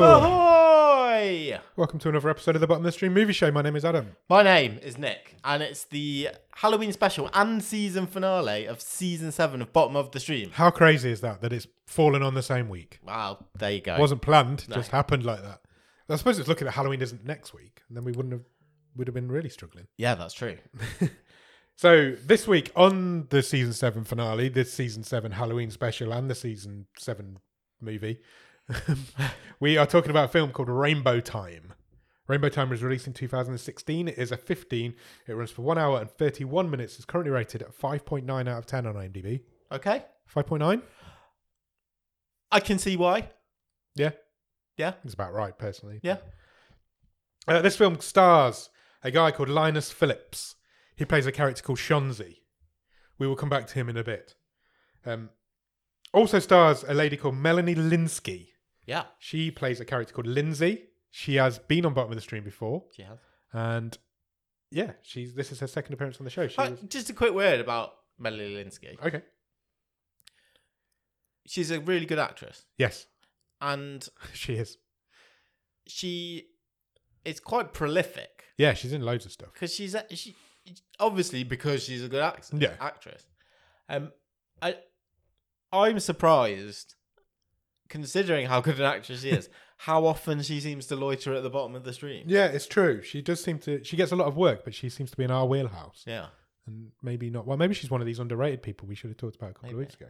Oh. Welcome to another episode of the Bottom of the Stream Movie Show. My name is Adam. My name is Nick, and it's the Halloween special and season finale of season seven of Bottom of the Stream. How crazy is that? That it's fallen on the same week. Wow, there you go. Wasn't planned, just happened like that. I suppose it's looking at Halloween isn't next week, and then we wouldn't have would have been really struggling. yeah, that's true. So this week on the season seven finale, the season seven Halloween special, and the season seven movie, we are talking about a film called Rainbow Time. Rainbow Time was released in 2016. It is a 15. It runs for one hour and 31 minutes. It's currently rated at 5.9 out of 10 on IMDb. Okay, 5.9? I can see why. Yeah. Yeah. It's about right, personally. Yeah. Uh, this film stars a guy called Linus Phillips. He plays a character called Shonzi. We will come back to him in a bit. Um, also stars a lady called Melanie Linsky. Yeah, She plays a character called Lindsay. She has been on Bottom of the Stream before, she has. and yeah, she's this is her second appearance on the show. She Uh, was, Just a quick word about Melanie Linsky. okay, She's a really good actress, yes, and she is. she is quite prolific Yeah, she's in loads of stuff. because she's a- she obviously because she's a good act- Yeah. actress. Um, I I'm surprised, considering how good an actress she is, how often she seems to loiter at the bottom of the stream. Yeah, it's true. She does seem to. She gets a lot of work, but she seems to be in our wheelhouse. Yeah, and maybe not. Well, maybe she's one of these underrated people we should have talked about a couple Maybe. of weeks ago.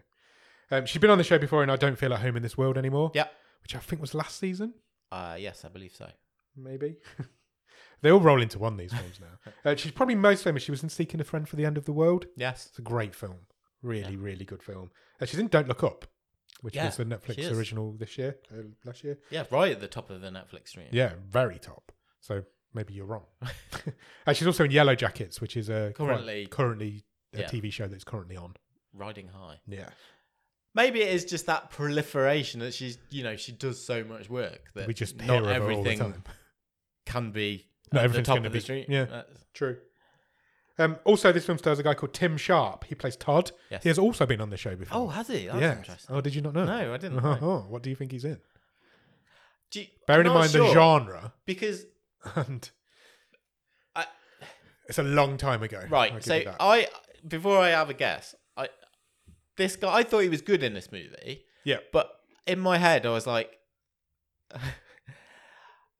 Um, she's been on the show before, and I don't feel at home in this world anymore. Yeah. which I think was last season, uh, yes, I believe so. maybe. they all roll into one these films now. Uh, she's probably most famous. She was in Seeking a Friend for the End of the World. Yes, It's a great film, really, really good film. Uh, she's in Don't Look Up, which Yeah, was a she Netflix is. original this year, uh, last year. yeah, right at the top of the Netflix stream. Yeah, very top. So maybe you're wrong. uh, she's also in Yellow Jackets, which is a Currently- currently a Yeah. TV show that's currently on. Riding high. Yeah. Maybe it is just that proliferation that she's, you know, she does so much work that we just hear not of her all the everything time. can be Not at the everything's top gonna of the be- Uh. stream. yeah. That's- True. Um, also, this film stars a guy called Tim Sharp. He plays Todd. Yes. He has also been on the show before. Oh, has he? That's yeah. interesting. Oh, did you not know? No, I didn't Oh, know. what do you think he's in? Do you, Bearing I'm in not mind the sure, genre, because and I- it's a long time ago. I'll right. give So you that. I before I have a guess, I this guy I thought he was good in this movie, yeah, but in my head I was like,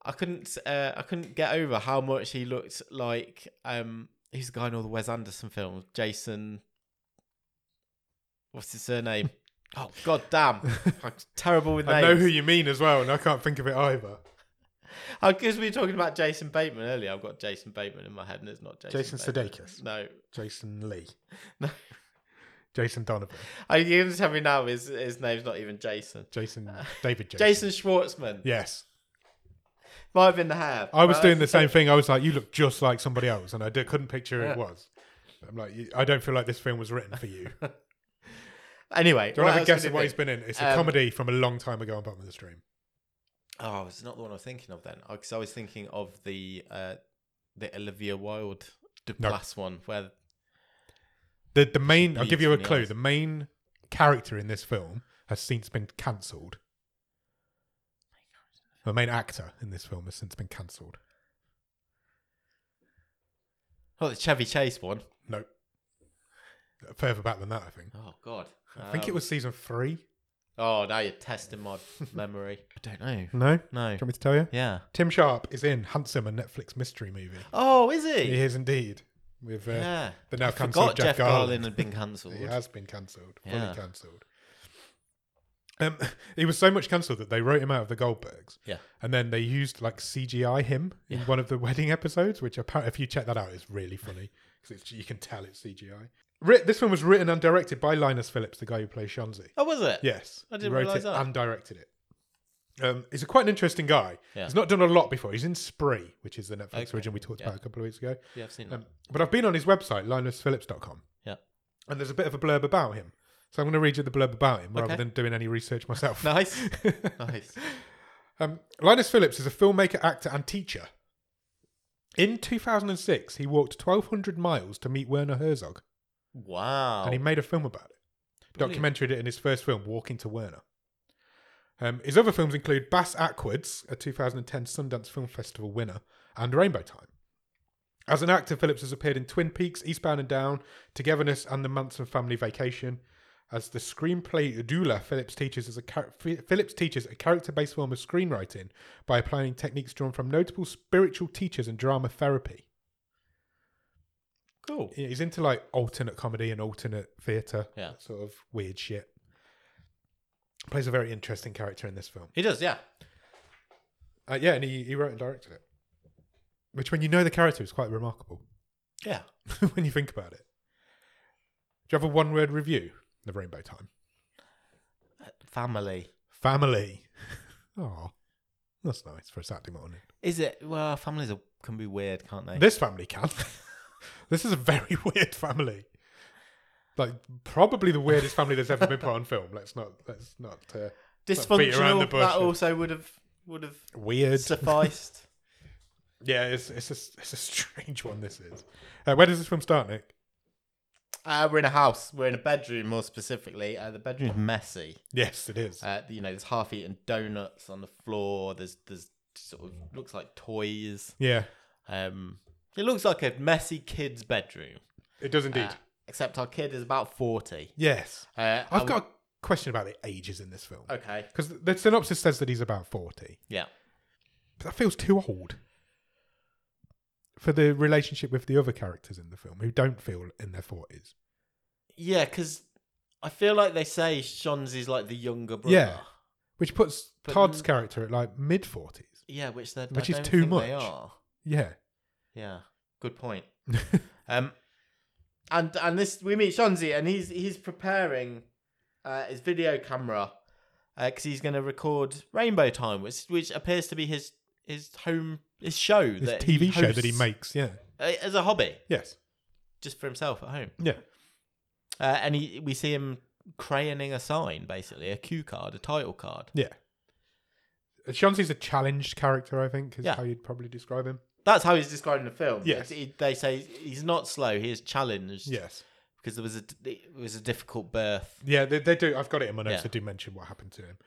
I couldn't uh, I couldn't get over how much he looked like. Um, he's the guy in all the Wes Anderson films, Jason. What's his surname? oh God damn! I'm terrible with names. I know who you mean as well, and I can't think of it either. Because we were talking about Jason Bateman earlier. I've got Jason Bateman in my head, and it's not Jason. Jason Bateman. Sudeikis. No, Jason Lee, no. Jason Donovan, I you can tell me now his his name's not even Jason. Jason David Jason. Jason Schwartzman. Yes, Might have been the hair. I was but doing the that's- same thing. I was like, "You look just like somebody else," and I d- couldn't picture who it was. I'm like, "You- "I don't feel like this film was written for you." Do Anyway, you want to have a else guess at could it what be? he's been in? It's a Um, comedy from a long time ago on Bottom of the Stream. Oh, it's not the one I was thinking of then. Because I was thinking of the uh, the Olivia Wilde Duplass one, where The the main. I'll bleeds give you a from the clue. eyes. The main character in this film has since been cancelled. The main actor in this film has since been cancelled. oh the Chevy Chase one. Nope. Further back than that, I think. Oh God, I think it Um, was season three. Oh, now you're testing my memory. I don't know. No. Do No. you want me to tell you? Yeah. Tim Sharp is in Handsome, a Netflix mystery movie. Oh, is he? He is indeed. With uh, Yeah. the now I cancelled forgot Jeff, Jeff Garlin. Garlin had been cancelled. He has been cancelled, fully Yeah. cancelled. Um, he was so much cancelled that they wrote him out of the Goldbergs. Yeah. and then they used like CGI him in Yeah. one of the wedding episodes, which apparently, if you check that out, is really funny because you can tell it's CGI. Writ- this one was written and directed by Linus Phillips, the guy who plays Shonzi. Oh, was it? Yes, I he didn't wrote realise it that. and directed it. Um, he's a quite an interesting guy. Yeah. He's not done a lot before. He's in Spree, which is the Netflix Okay. original we talked Yeah. about a couple of weeks ago. Yeah, I've seen that. Um, but I've been on his website, linusphillips.com. Yeah. And there's a bit of a blurb about him. So I'm going to read you the blurb about him rather Okay. than doing any research myself. Nice. nice. Um, Linus Phillips is a filmmaker, actor, and teacher. In 2006, he walked 1,200 miles to meet Werner Herzog, Wow. and he made a film about it. Brilliant. Documented it in his first film, Walking to Werner. Um, his other films include Bass Ackwards, a 2010 Sundance Film Festival winner, and Rainbow Time. As an actor, Phillips has appeared in Twin Peaks, Eastbound and Down, Togetherness, and The Manson Family Vacation. As the screenplay doula, Phillips teaches as a char- Ph- Phillips teaches a character-based form of screenwriting by applying techniques drawn from notable spiritual teachers and drama therapy. Cool. Yeah, he's into like alternate comedy and alternate theatre, Yeah. sort of weird shit. Plays a very interesting character in this film. He does, yeah. Uh, yeah, and he, he wrote and directed it, which, when you know the character, is quite remarkable Yeah. when you think about it. Do you have a one-word review of Rainbow Time? Family. Family. Oh, that's nice for a Saturday morning. Is it? Well, families are, can be weird, can't they? This family can. this is a very weird family. Like probably the weirdest family that's ever been put on film. Let's not. Let's not. Uh, beat around the Dysfunctional. bush. That also would have would have weird. sufficed. Yeah, it's it's a, it's a strange one. This is. Uh, where does this film start, Nick? Uh, we're in a house. We're in a bedroom, more specifically. Uh, the bedroom's messy. Yes, it is. Uh, you know, there's half-eaten donuts on the floor. There's there's sort of looks like toys. yeah, Um, it looks like a messy kid's bedroom. it does indeed. Uh, except our kid is about forty. yes, Uh, I've and- got a question about the ages in this film okay. because the synopsis says that he's about forty. Yeah, But that feels too old for the relationship with the other characters in the film who don't feel in their forties. yeah. Because I feel like they say Shons is like the younger brother. Yeah. Which puts But Todd's n- character at like mid forties. yeah. Which they Which I is don't too think They much. are. Yeah. Yeah, good point. um, and and this we meet Shonzi, and he's he's preparing uh, his video camera because he's going to record Rainbow Time, which which appears to be his his home his show This that TV he show that he hosts, makes. Yeah. uh, as a hobby Yes. just for himself at home. Yeah. Uh, and he we see him crayoning a sign, basically a cue card, a title card. Yeah. Shanti's a challenged character, I think, is Yeah. how you'd probably describe him. That's how he's described in the film. Yes. He- they say he's not slow; he is challenged. Yes. because there was a it was a difficult birth. Yeah, they, they do. I've got it in my notes. Yeah. I do mention what happened to him.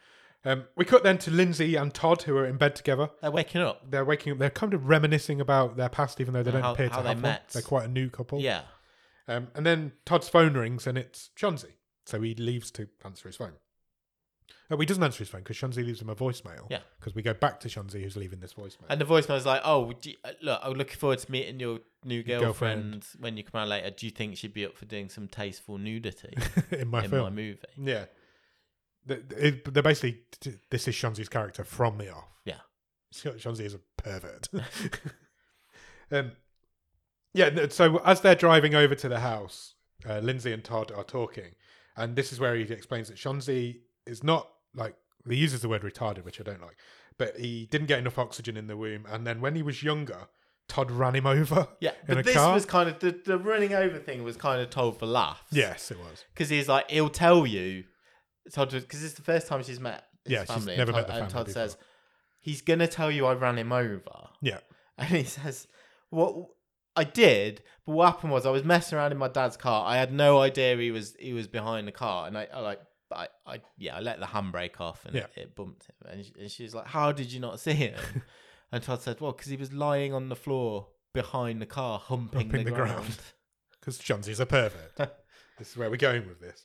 Um, we cut then to Lindsay and Todd, who are in bed together. They're waking up. They're waking up. They're kind of reminiscing about their past, even though they And don't how- appear to how have they one. met. They're quite a new couple. Yeah. Um, and then Todd's phone rings and it's Shonzi. So he leaves to answer his phone. Oh, he doesn't answer his phone because Shonzi leaves him a voicemail. Yeah. Because we go back to Shonzi who's leaving this voicemail. And the voicemail was like, "Oh, do you, uh, look, I'm looking forward to meeting your new girlfriend, Girlfriend. when you come out later. Do you think she'd be up for doing some tasteful nudity in my in my film. movie?" yeah. Th- it- They're basically, t- this is Shonzi's character from the off. Yeah. Sh- Shonzi is a pervert. um, yeah, th- so as they're driving over to the house, uh, Lindsay and Todd are talking. And this is where he explains that Shonzi is not like, he uses the word retarded, which I don't like, but he didn't get enough oxygen in the womb. And then when he was younger, Todd ran him over. Yeah, In a but this car? was kind of the, the running over thing was kind of told for laughs. Yes, it was. because he's like, he'll tell you. Todd, because it's the first time she's met his Yeah, she's family. and never Todd- met the And Todd family says, "He's gonna tell you I ran him over." Yeah. And he says, "What I did, but what happened was I was messing around in my dad's car. I had no idea he was he was behind the car, and I, I like." I, I yeah, I let the handbrake off and Yeah. it, it bumped him. And, she, and she's like, "How did you not see him?" and Todd said, "Well, because he was lying on the floor behind the car, humping, Humping the, the ground." ground. because Shonzi's a pervert. this is where we're going with this.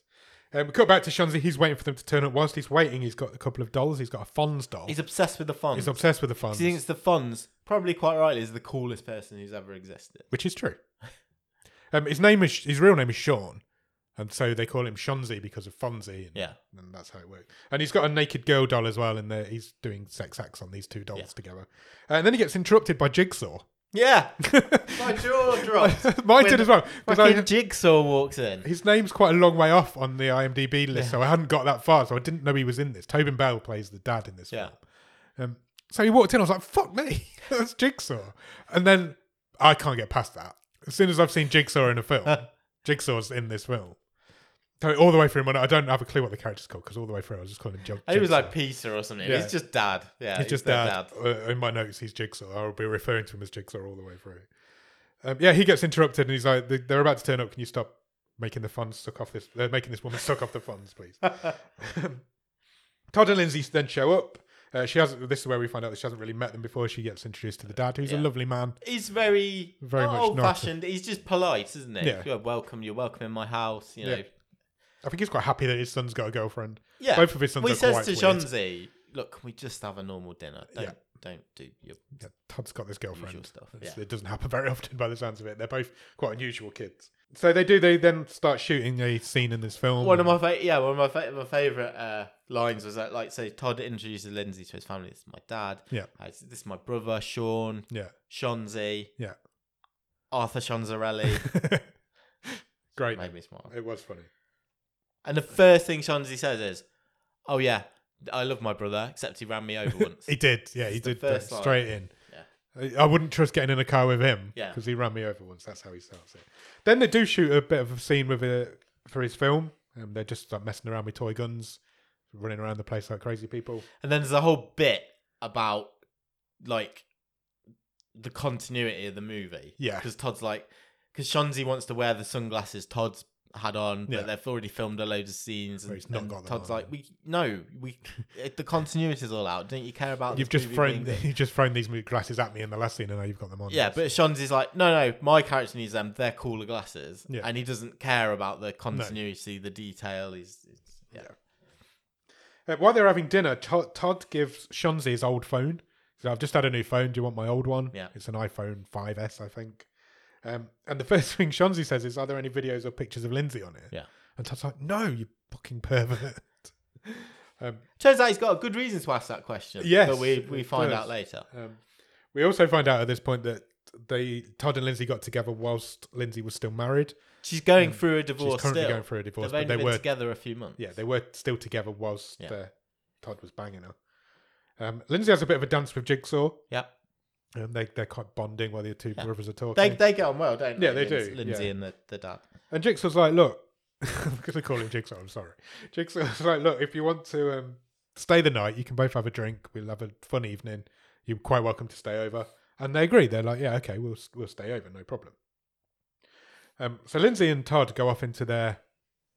Um, we cut back to Shonzi. He's waiting for them to turn up. Whilst he's waiting, he's got a couple of dolls. He's got a Fonz doll. He's He's, obsessed with the fonz. obsessed with the Fonz, He thinks the Fonz, probably quite rightly, is the coolest person who's ever existed. which is true. Um, his name is his real name is Sean, and so they call him Shonzi because of Fonzie, and, Yeah. and that's how it works. And he's got a naked girl doll as well, and they're- he's doing sex acts on these two dolls Yeah. together. and then he gets interrupted by Jigsaw. Yeah. My jaw dropped. Mine When did as well. 'cause I- Fucking Jigsaw walks in. his name's quite a long way off on the IMDb list, so I hadn't got that far, so I didn't know he was in this. Tobin Bell plays the dad in this Yeah. film. Um, so he walked in, I was like, fuck me, that's Jigsaw. And then I can't get past that. As soon as I've seen Jigsaw in a film, Jigsaw's in this film. So all the way through, I don't have a clue what the character's called because all the way through I was just calling him Jig- Jigsaw. And he was like Peter or something. Yeah. He's just dad. Yeah, He's just their dad. Uh, in my notes, he's Jigsaw. I'll be referring to him as Jigsaw all the way through. Um, yeah, he gets interrupted and he's like, "They- "They're about to turn up. Can you stop making the funds suck off this? They're making this woman suck off the funds, please." Um, Todd and Lindsay then show up. Uh, she has. This is where we find out that she hasn't really met them before. She gets introduced to the dad, who's a Yeah. lovely man. He's very, Very much old fashioned. He's just polite, isn't he? Yeah. You're welcome. You're welcome in my house. You know. Yeah. I think he's quite happy that his son's got a girlfriend. Yeah. Both of his sons we are says quite to weird. Shonzi, look, can we just have a normal dinner? Don't Yeah. don't do your Yeah, Todd's got this usual girlfriend. stuff. Yeah. It's- It doesn't happen very often, by the sounds of it. They're both quite unusual kids. So they do. They then start shooting a scene in this film. One of my fa- yeah, one of my fa- my favorite uh, lines was that like so Todd introduces Lindsay to his family. This is my dad. Yeah. Uh, this is my brother Sean Yeah. Shonzi. Yeah. Arthur Shonzarelli. Great. Made me smile. It was funny. And the first thing Shonzi says is, "Oh yeah, I love my brother, except he ran me over once." He did. Yeah, he It's the did. that first line. Straight in. I I wouldn't trust getting in a car with him Yeah. because he ran me over once. That's how he sells it. Then they do shoot a bit of a scene with it for his film. Um, they're just like messing around with toy guns, running around the place like crazy people. And then there's a whole bit about like the continuity of the movie. Yeah. Because Todd's like, because Shonzi wants to wear the sunglasses Todd's had on, but Yeah. they've already filmed a load of scenes. And, But he's not and got them Todd's on. like, we no, we it, the continuity's all out. Don't you care about You've this just movie thrown being- you've just thrown these glasses at me in the last scene, and now you've got them on. Yeah, but Shonzi's like, no, no, my character needs them. They're cooler glasses, Yeah. and he doesn't care about the continuity, the detail. He's, it's, yeah. Uh, while they're having dinner, Todd, Todd gives Shonzi his old phone. So I've just had a new phone. Do you want my old one? Yeah. It's an iPhone 5S, I think. Um, and the first thing Shonzi says is, "Are there any videos or pictures of Lindsay on it?" Yeah. And Todd's like, "No, you fucking pervert." um, Turns out he's got a good reason to ask that question. Yes, but we we it find does. out later. um, we also find out at this point that they Todd and Lindsay got together whilst Lindsay was still married. She's going through a divorce. She's currently still. going through a divorce, They've only but they been were together a few months. yeah, they were still together whilst Yeah. uh, Todd was banging her. Um, Lindsay has a bit of a dance with Jigsaw. Yep. Um, they they're quite bonding while the two Yeah. brothers are talking. They, they get on well, don't they? Yeah, they Linds- do, Lindsay yeah. and the, the dad. and Jigsaw's like, look, I'm gonna call him Jigsaw. I'm sorry. Jigsaw's like, look, if you want to um, stay the night, you can both have a drink. We'll have a fun evening. You're quite welcome to stay over. And they agree. They're like, yeah, okay, we'll we'll stay over, no problem. Um, so Lindsay and Todd go off into their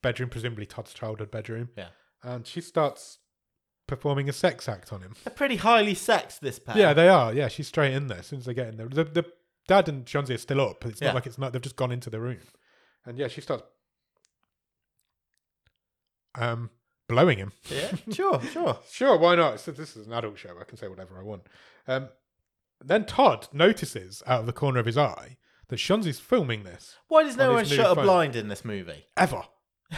bedroom, presumably Todd's childhood bedroom. Yeah. and she starts performing a sex act on him. They're pretty highly sexed, this pair. Yeah, they are. Yeah, she's straight in there as soon as they get in there. The, the dad and Jonesy are still up. It's Yeah. not like it's not. They've just gone into the room, and yeah, she starts um blowing him. yeah. Sure, sure. Sure, why not? So this is an adult show. I can say whatever I want. Um, then Todd notices out of the corner of his eye that Shonzi's filming this. Why does no On one his new shut a phone. blind in this movie? Ever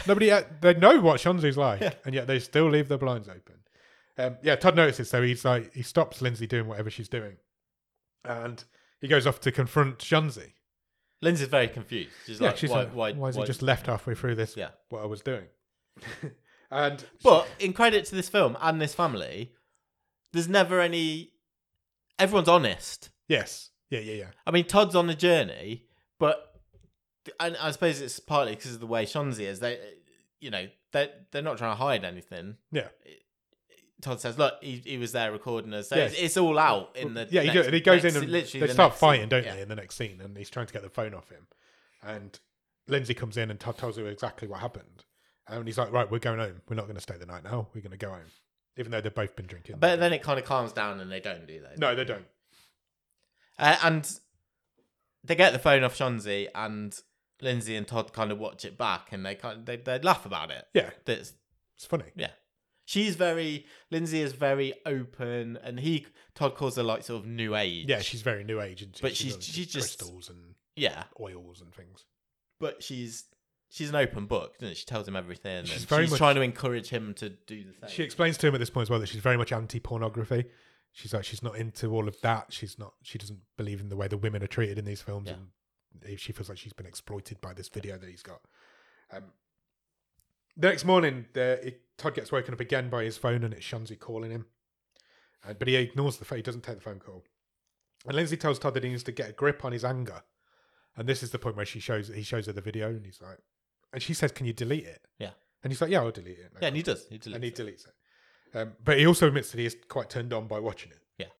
nobody uh, they know what Shonzi's like, Yeah. and yet they still leave their blinds open. Um, yeah, Todd notices, so he's like he stops Lindsay doing whatever she's doing, and he goes off to confront Shonzi. Lindsay's very confused. She's yeah, like, she's why, like, why, why, is it just left halfway through this? Yeah. what I was doing. and But in credit to this film and this family, there's never any. Everyone's honest. yes, yeah, yeah, yeah, I mean, Todd's on a journey, but and I suppose it's partly because of the way Shonzi is. They, you know, they they're not trying to hide anything. Yeah. Todd says, "Look, he, he was there recording us. So Yeah. it's, it's all out in the yeah. He, next- goes, he goes next- in and literally they the start next scene. fighting, don't Yeah. they, in the next scene? And he's trying to get the phone off him, and Lindsay comes in and Todd tells her exactly what happened. And he's like, "Right, we're going home. We're not going to stay the night now. We're going to go home." Even though they've both been drinking, But then it kind of calms down, and they don't do that. No, they don't. Uh, and they get the phone off Shonzi, and Lindsay and Todd kind of watch it back, and they kind of, they they laugh about it. Yeah, That's it's funny. She's very Lindsay is very open, and he Todd calls her like sort of new age. Yeah, she's very new age, and she- But she she's- loves she's just- crystals and yeah, oils and things. but she's she's an open book, doesn't she? She tells him everything. She's and very she's much- trying to encourage him to do the same. She explains to him at this point as well that she's very much anti pornography. She's like she's not into all of that. She's not. She doesn't believe in the way the women are treated in these films, Yeah. and if she feels like she's been exploited by this video that he's got. Um, the next morning, the, it, Todd gets woken up again by his phone, and it's Shonzi calling him. Uh, but he ignores the phone. He doesn't take the phone call. And Lindsay tells Todd that he needs to get a grip on his anger. And this is the point where she shows he shows her the video, and he's like, and she says, "Can you delete it?" Yeah. And he's like, "Yeah, I'll delete it." No yeah, and he does. He deletes and he it. deletes it. Um, but he also admits that he is quite turned on by watching it. Yeah.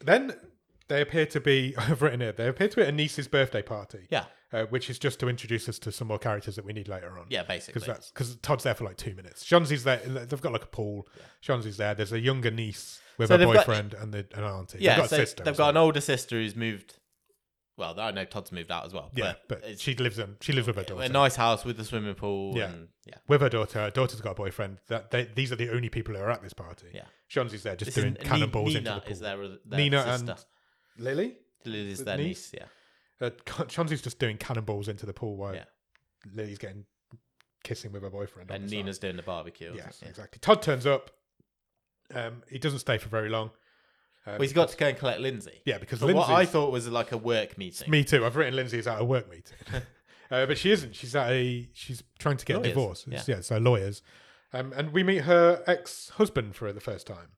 Then they appear to be, I've written it, they appear to be at a niece's birthday party. Yeah. uh, which is just to introduce us to some more characters that we need later on. Yeah, basically. because that's because Todd's there for like two minutes. Shonzi's there. They've got like a pool. Shonzi's there. There's a younger niece with So a they've got- boyfriend and the, an auntie. yeah, they've got so a sister. they've as got an well. older sister who's moved. Well, I know Todd's moved out as well. yeah, but, but, it's she lives in she lives with her daughter. a nice house with a swimming pool. Yeah. and, yeah. with her daughter, her daughter's got a boyfriend. That they, these are the only people who are at this party. Yeah. Shonzi's there just This doing is- Ni- cannonballs Nina into the pool. is their, their Nina sister. and Lily. Lily's the their niece. niece? Yeah, Uh, Chauncey's just doing cannonballs into the pool while Yeah. Lily's getting kissing with her boyfriend. on and the side. Nina's doing the barbecue. or Yes, something. exactly. Todd turns up. Um, he doesn't stay for very long. Uh, Well, he's got to go and collect Lindsay. yeah, because But what Lindsay's. I thought was like a work meeting. me too. I've written Lindsay's at a work meeting, uh, but she isn't. She's at a. She's trying to get Lawyers, a divorce. yeah. It's- Yeah. so lawyers, um, and we meet her ex-husband for the first time.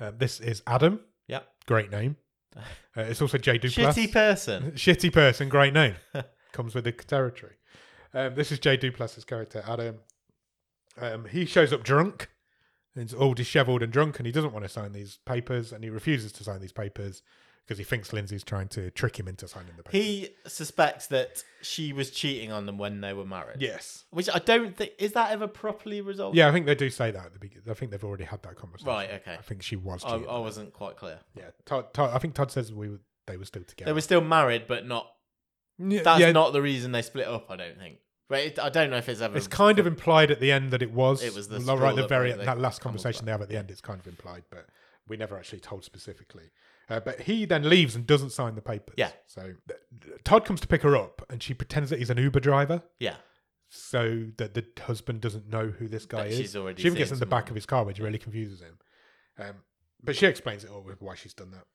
Um, this is Adam. Yeah. great name. Uh, it's also Jay Duplass. Shitty person. Shitty person, great name. Comes with the territory. Um, this is Jay Duplass's character, Adam. Um, he shows up drunk. and He's all dishevelled and drunk, and he doesn't want to sign these papers, and he refuses to sign these papers because he thinks Lindsay's trying to trick him into signing the papers. He suspects that she was cheating on them when they were married. yes. Which I don't think is that ever properly resolved. Yeah, I think they do say that at the beginning. I think they've already had that conversation. Right. Okay. Oh, I think she was. I, cheating. I wasn't quite clear. yeah, Todd, Todd, I think Todd says we were, they were still They together. were still married, but not. Yeah, That's yeah, not the reason they split up. I don't think. Right. It, I don't know if it's ever. It's kind of implied at the end that it was. Um, It was the Well, straw right. The that very broke the that last camel's conversation back. they have at the end. It's kind of implied, but we never actually told specifically. Uh, but he then leaves and doesn't sign the papers. Yeah. So th- th- Todd comes to pick her up, and she pretends that he's an Uber driver, Yeah. so that the husband doesn't know who this guy That is. she's already she even seen gets in the back someone. of his car, which really confuses him. Um, but she explains it all with why she's done that.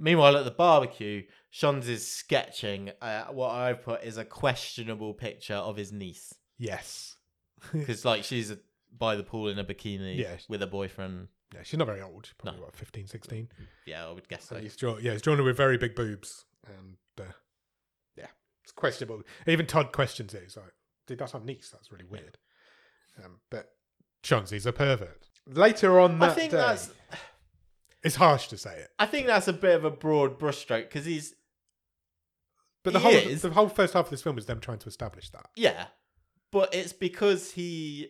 Meanwhile, at the barbecue, Shons is sketching uh, what I've put is a questionable picture of his niece. Yes. Because, like, she's by the pool in a bikini Yeah. with her boyfriend. Yeah, she's not very old. She's probably what 15, 16. Yeah, I would guess so. And he's drawn, yeah, he's drawn her with very big boobs, and uh, yeah, it's questionable. Even Todd questions it. He's like, "Dude, that's our niece. That's really weird." Um, but Chauncey's a pervert. Later on that I think day, that's it's harsh to say it, I think that's a bit of a broad brushstroke because he's but the He whole is. the whole first half of this film is them trying to establish that. yeah, but it's because he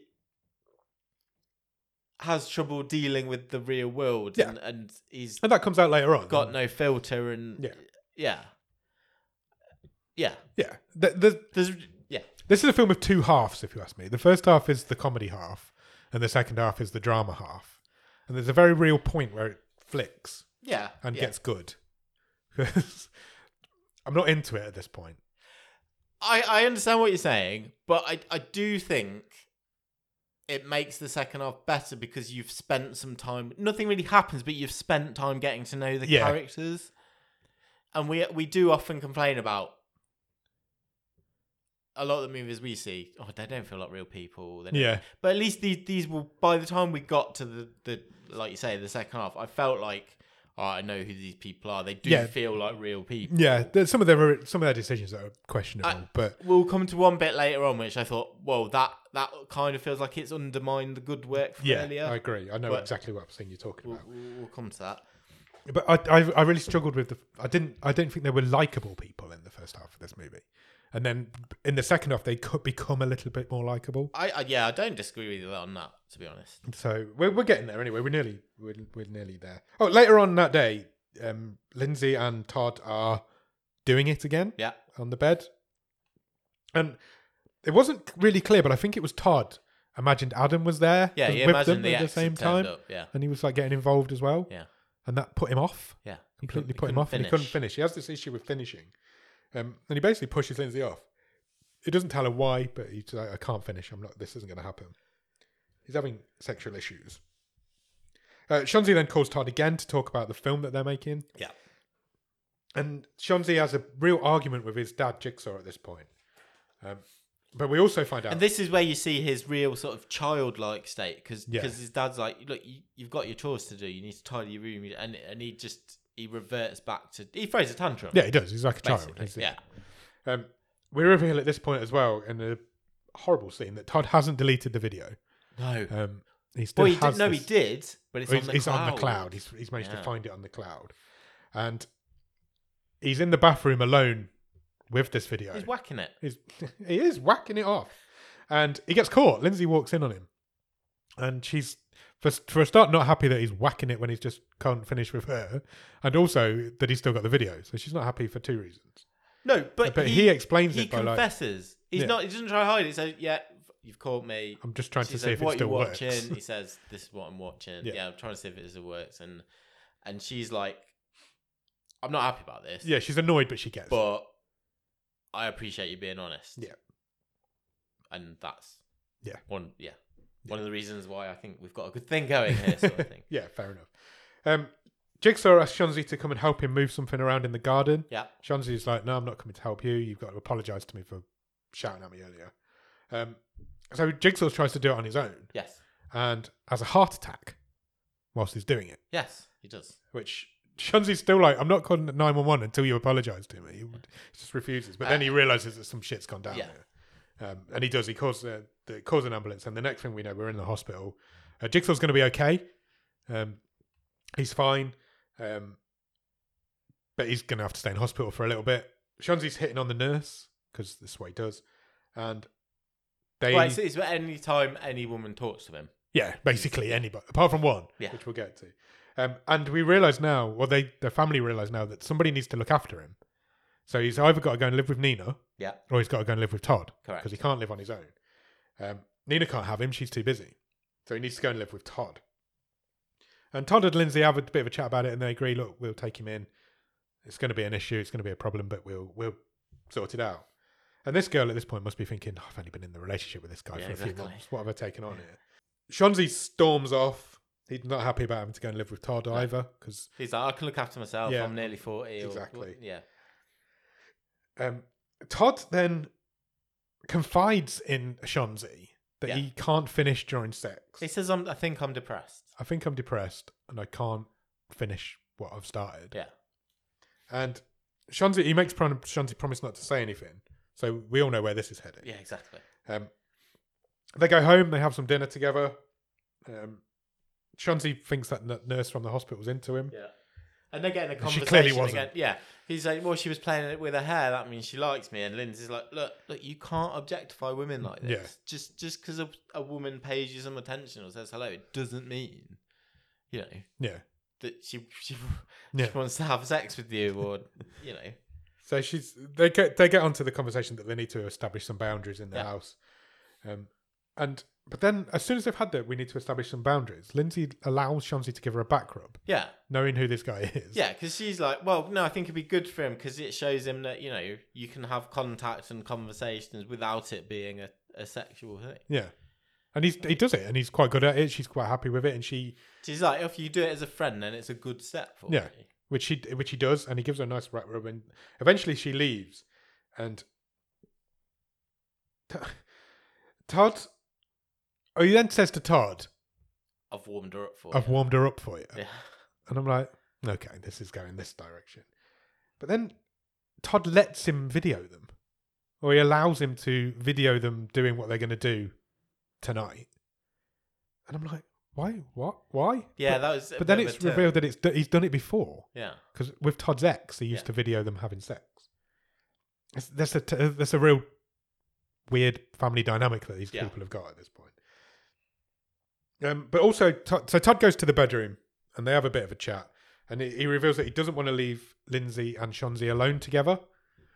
has trouble dealing with the real world Yeah. and, and he's And that comes out later on. got no filter and Yeah. yeah, yeah. yeah. The, the, There's yeah. this is a film of two halves, if you ask me. The first half is the comedy half, and the second half is the drama half. And there's a very real point where it flicks. Yeah. and yeah. gets good. 'Cause I'm not into it at this point. I, I understand what you're saying, but I, I do think it makes the second half better because you've spent some time. Nothing really happens, but you've spent time getting to know the Yeah. characters, and we we do often complain about a lot of the movies we see. Oh, they don't feel like real people. They don't- Yeah, but at least these these will. By the time we got to the the like you say the second half, I felt like oh, I know who these people are. They do Yeah. feel like real people. yeah. There's some of their some of their decisions that are questionable, I- but We'll come to one bit later on, which I thought, well, that that kind of feels like it's undermined the good work from yeah, earlier. I agree. I know But- exactly what thing you're talking We'll, about. we'll, we'll come to that. But I, I I really struggled with the I didn't I didn't think there were likable people in the first half of this movie, and then in the second half they could become a little bit more likable. I, I yeah, I don't disagree with you on that. To be honest, So we're we're getting there anyway. We're nearly we're, we're nearly there. Oh, later on that day, um, Lindsay and Todd are doing it again. yeah, on the bed. And it wasn't really clear, but I think it was Todd imagined Adam was there yeah. with You imagine them the at the ex had same turned time, up, Yeah, and he was like getting involved as well. Yeah. and that put him off yeah. He couldn't- completely. he Put him couldn't off, and he couldn't finish. He has this issue with finishing, um, and he basically pushes Lindsay off. He doesn't tell her why, but he's like, "I can't finish. I'm not. This isn't going to happen." He's having sexual issues. Uh, Shonzi then calls Todd again to talk about the film that they're making. Yeah, And Shonzi has a real argument with his dad, Jigsaw, at this point. Um, but we also find out. and this is where you see his real sort of childlike state because Yeah. his dad's like, look, you, you've got your chores to do. You need to tidy your room, you- and and he just he reverts back to he throws a tantrum. yeah, he does. He's like a child. basically. He's- Yeah, Um, we reveal at this point as well in a horrible scene that Todd hasn't deleted the video. no. Um, he still Well, he has did, no, he this- did, but it's, Well, he's, on, the he's cloud. on the cloud. He's, he's managed Yeah. to find it on the cloud, and he's in the bathroom alone with this video. He's whacking it. He's, he is whacking it off. And he gets caught. Lindsay walks in on him. And she's, for, for a start, not happy that he's whacking it when he just can't finish with her. And also that he's still got the video. So she's not happy for two reasons. No, but, But he, explains he it by like, confesses. He's Yeah. not. He doesn't try to hide it. So yeah, you've caught me. I'm just trying She to see said, if it "What still you works. watching?" he says, "This is what I'm watching." Yeah. Yeah. I'm trying to see if it still works, and and she's like, "I'm not happy about this." yeah, she's annoyed, but she gets it. but I appreciate you being honest. Yeah. and that's Yeah. one yeah one of the reasons why I think we've got a good thing going here. Sort of thing. Yeah, fair enough. Um, Jigsaw asks Shonzi to come and help him move something around in the garden. Yeah. Shonzi's like, no, I'm not coming to help you. You've got to apologise to me for shouting at me earlier. Um, so Jigsaw tries to do it on his own Yes, and has a heart attack whilst he's doing it, yes, he does. which Shonzi's still like, I'm not calling 911 until you apologise to me. He would- he just refuses. But then he realises that some shit's gone down Uh, Yeah. there. Um, and he does. He calls, uh, the, calls an ambulance. And the next thing we know, we're in the hospital. Uh, Jigsaw's going to be okay. Um, he's fine. Um, but he's going to have to stay in hospital for a little bit. Shonzi's hitting on the nurse because this is what he does. And they. Right, so it's any time any woman talks to him. Yeah, basically anybody, apart from one, Yeah. which we'll get to. Um, and we realise now, well, they the family realise now that somebody needs to look after him. So he's either got to go and live with Nina, Yeah. or he's got to go and live with Todd, Correct. because he can't live on his own. Um, Nina can't have him; she's too busy. So he needs to go and live with Todd. And Todd and Lindsay have a bit of a chat about it, and they agree. Look, we'll take him in. It's going to be an issue. It's going to be a problem, but we'll we'll sort it out. And this girl at this point must be thinking, "Oh, I've only been in the relationship with this guy Yeah, for a few exactly. months. What have I taken on here? Shonzi storms off. He's not happy about having to go and live with Todd either, because He's like, "Oh, I can look after myself. Yeah. I'm nearly 40. Or, Exactly. Yeah. um, Todd then confides in Shonzi that Yeah. he can't finish during sex. He says, I'm, I think I'm depressed. I think I'm depressed and I can't finish what I've started. Yeah. And Shonzi, he makes prom- Shonzi promise not to say anything, so we all know where this is headed. Yeah, exactly. Um, they go home. They have some dinner together. Um, Chauncey thinks that n- nurse from the hospital's into him. Yeah. And they're getting a And she conversation clearly again. wasn't. Yeah. He's like, well, she was playing it with her hair. That means she likes me. And Lindsay's like, look, look, you can't objectify women like this. Yeah. Just just because a, a woman pays you some attention or says hello, it doesn't mean, you know, Yeah. that she she, Yeah. she wants to have sex with you or, you know. So she's they get they get onto the conversation that they need to establish some boundaries in the Yeah. house. Um, and but then as soon as they've had that, we need to establish some boundaries. Lindsay allows Chauncey to give her a back rub, Yeah. knowing who this guy is. Yeah, because she's like, well, no, I think it'd be good for him because it shows him that you know you can have contact and conversations without it being a, a sexual thing. Yeah. And he's, he does it, and he's quite good at it. She's quite happy with it, and she, She's like, if you do it as a friend, then it's a good step for Yeah. you. which she, which he does, and he gives her a nice back rub. And eventually, she leaves, and T- Todd. Oh, he then says to Todd, I've warmed her up for. "I've you. warmed her up for you," yeah, and I'm like, "Okay, this is going this direction." But then Todd lets him video them, or he allows him to video them doing what they're going to do tonight, and I'm like, "Why? What? Why?" yeah, But, that was. a but then bit of it's a turn. revealed that it's that he's done it before Yeah, because with Todd's ex, he used Yeah. to video them having sex. It's, that's a t- that's a real weird family dynamic that these Yeah. people have got at this point. Um, but also, Todd, so Todd goes to the bedroom and they have a bit of a chat, and he, he reveals that he doesn't want to leave Lindsay and Shonzi alone together.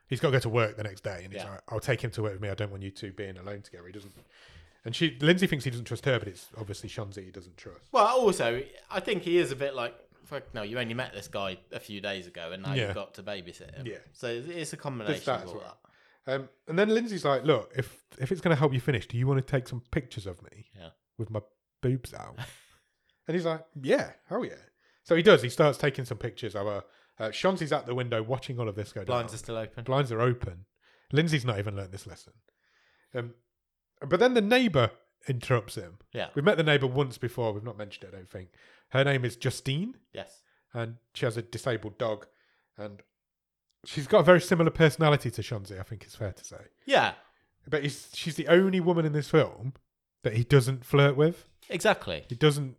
He's got to go to work the next day, and he's Yeah. like, "I'll take him to work with me. I don't want you two being alone together." He doesn't, and she Lindsay thinks he doesn't trust her, but it's obviously Shonzi he doesn't trust. well, also, I think he is a bit like, fuck, no, you only met this guy a few days ago, and now Yeah. you've got to babysit him. Yeah. so it's- it's a combination that of as all well. Um, and then Lindsay's like, "Look, if if it's going to help you finish, do you want to take some pictures of me Yeah. with my boobs out?" and he's like, "Yeah, hell yeah." So he does. He starts taking some pictures of her. Uh, Shonzi's at the window watching all of this go that. Blinds are down. still open. Blinds are open. Lindsay's not even learnt this lesson. Um, but then the neighbour interrupts him. Yeah. We've met the neighbour once before. We've not mentioned it, I don't think. Her name is Justine Yes. and she has a disabled dog, and she's got a very similar personality to Shonzi. I think it's fair to say, Yeah. but he's, she's the only woman in this film that he doesn't flirt with. Exactly. He doesn't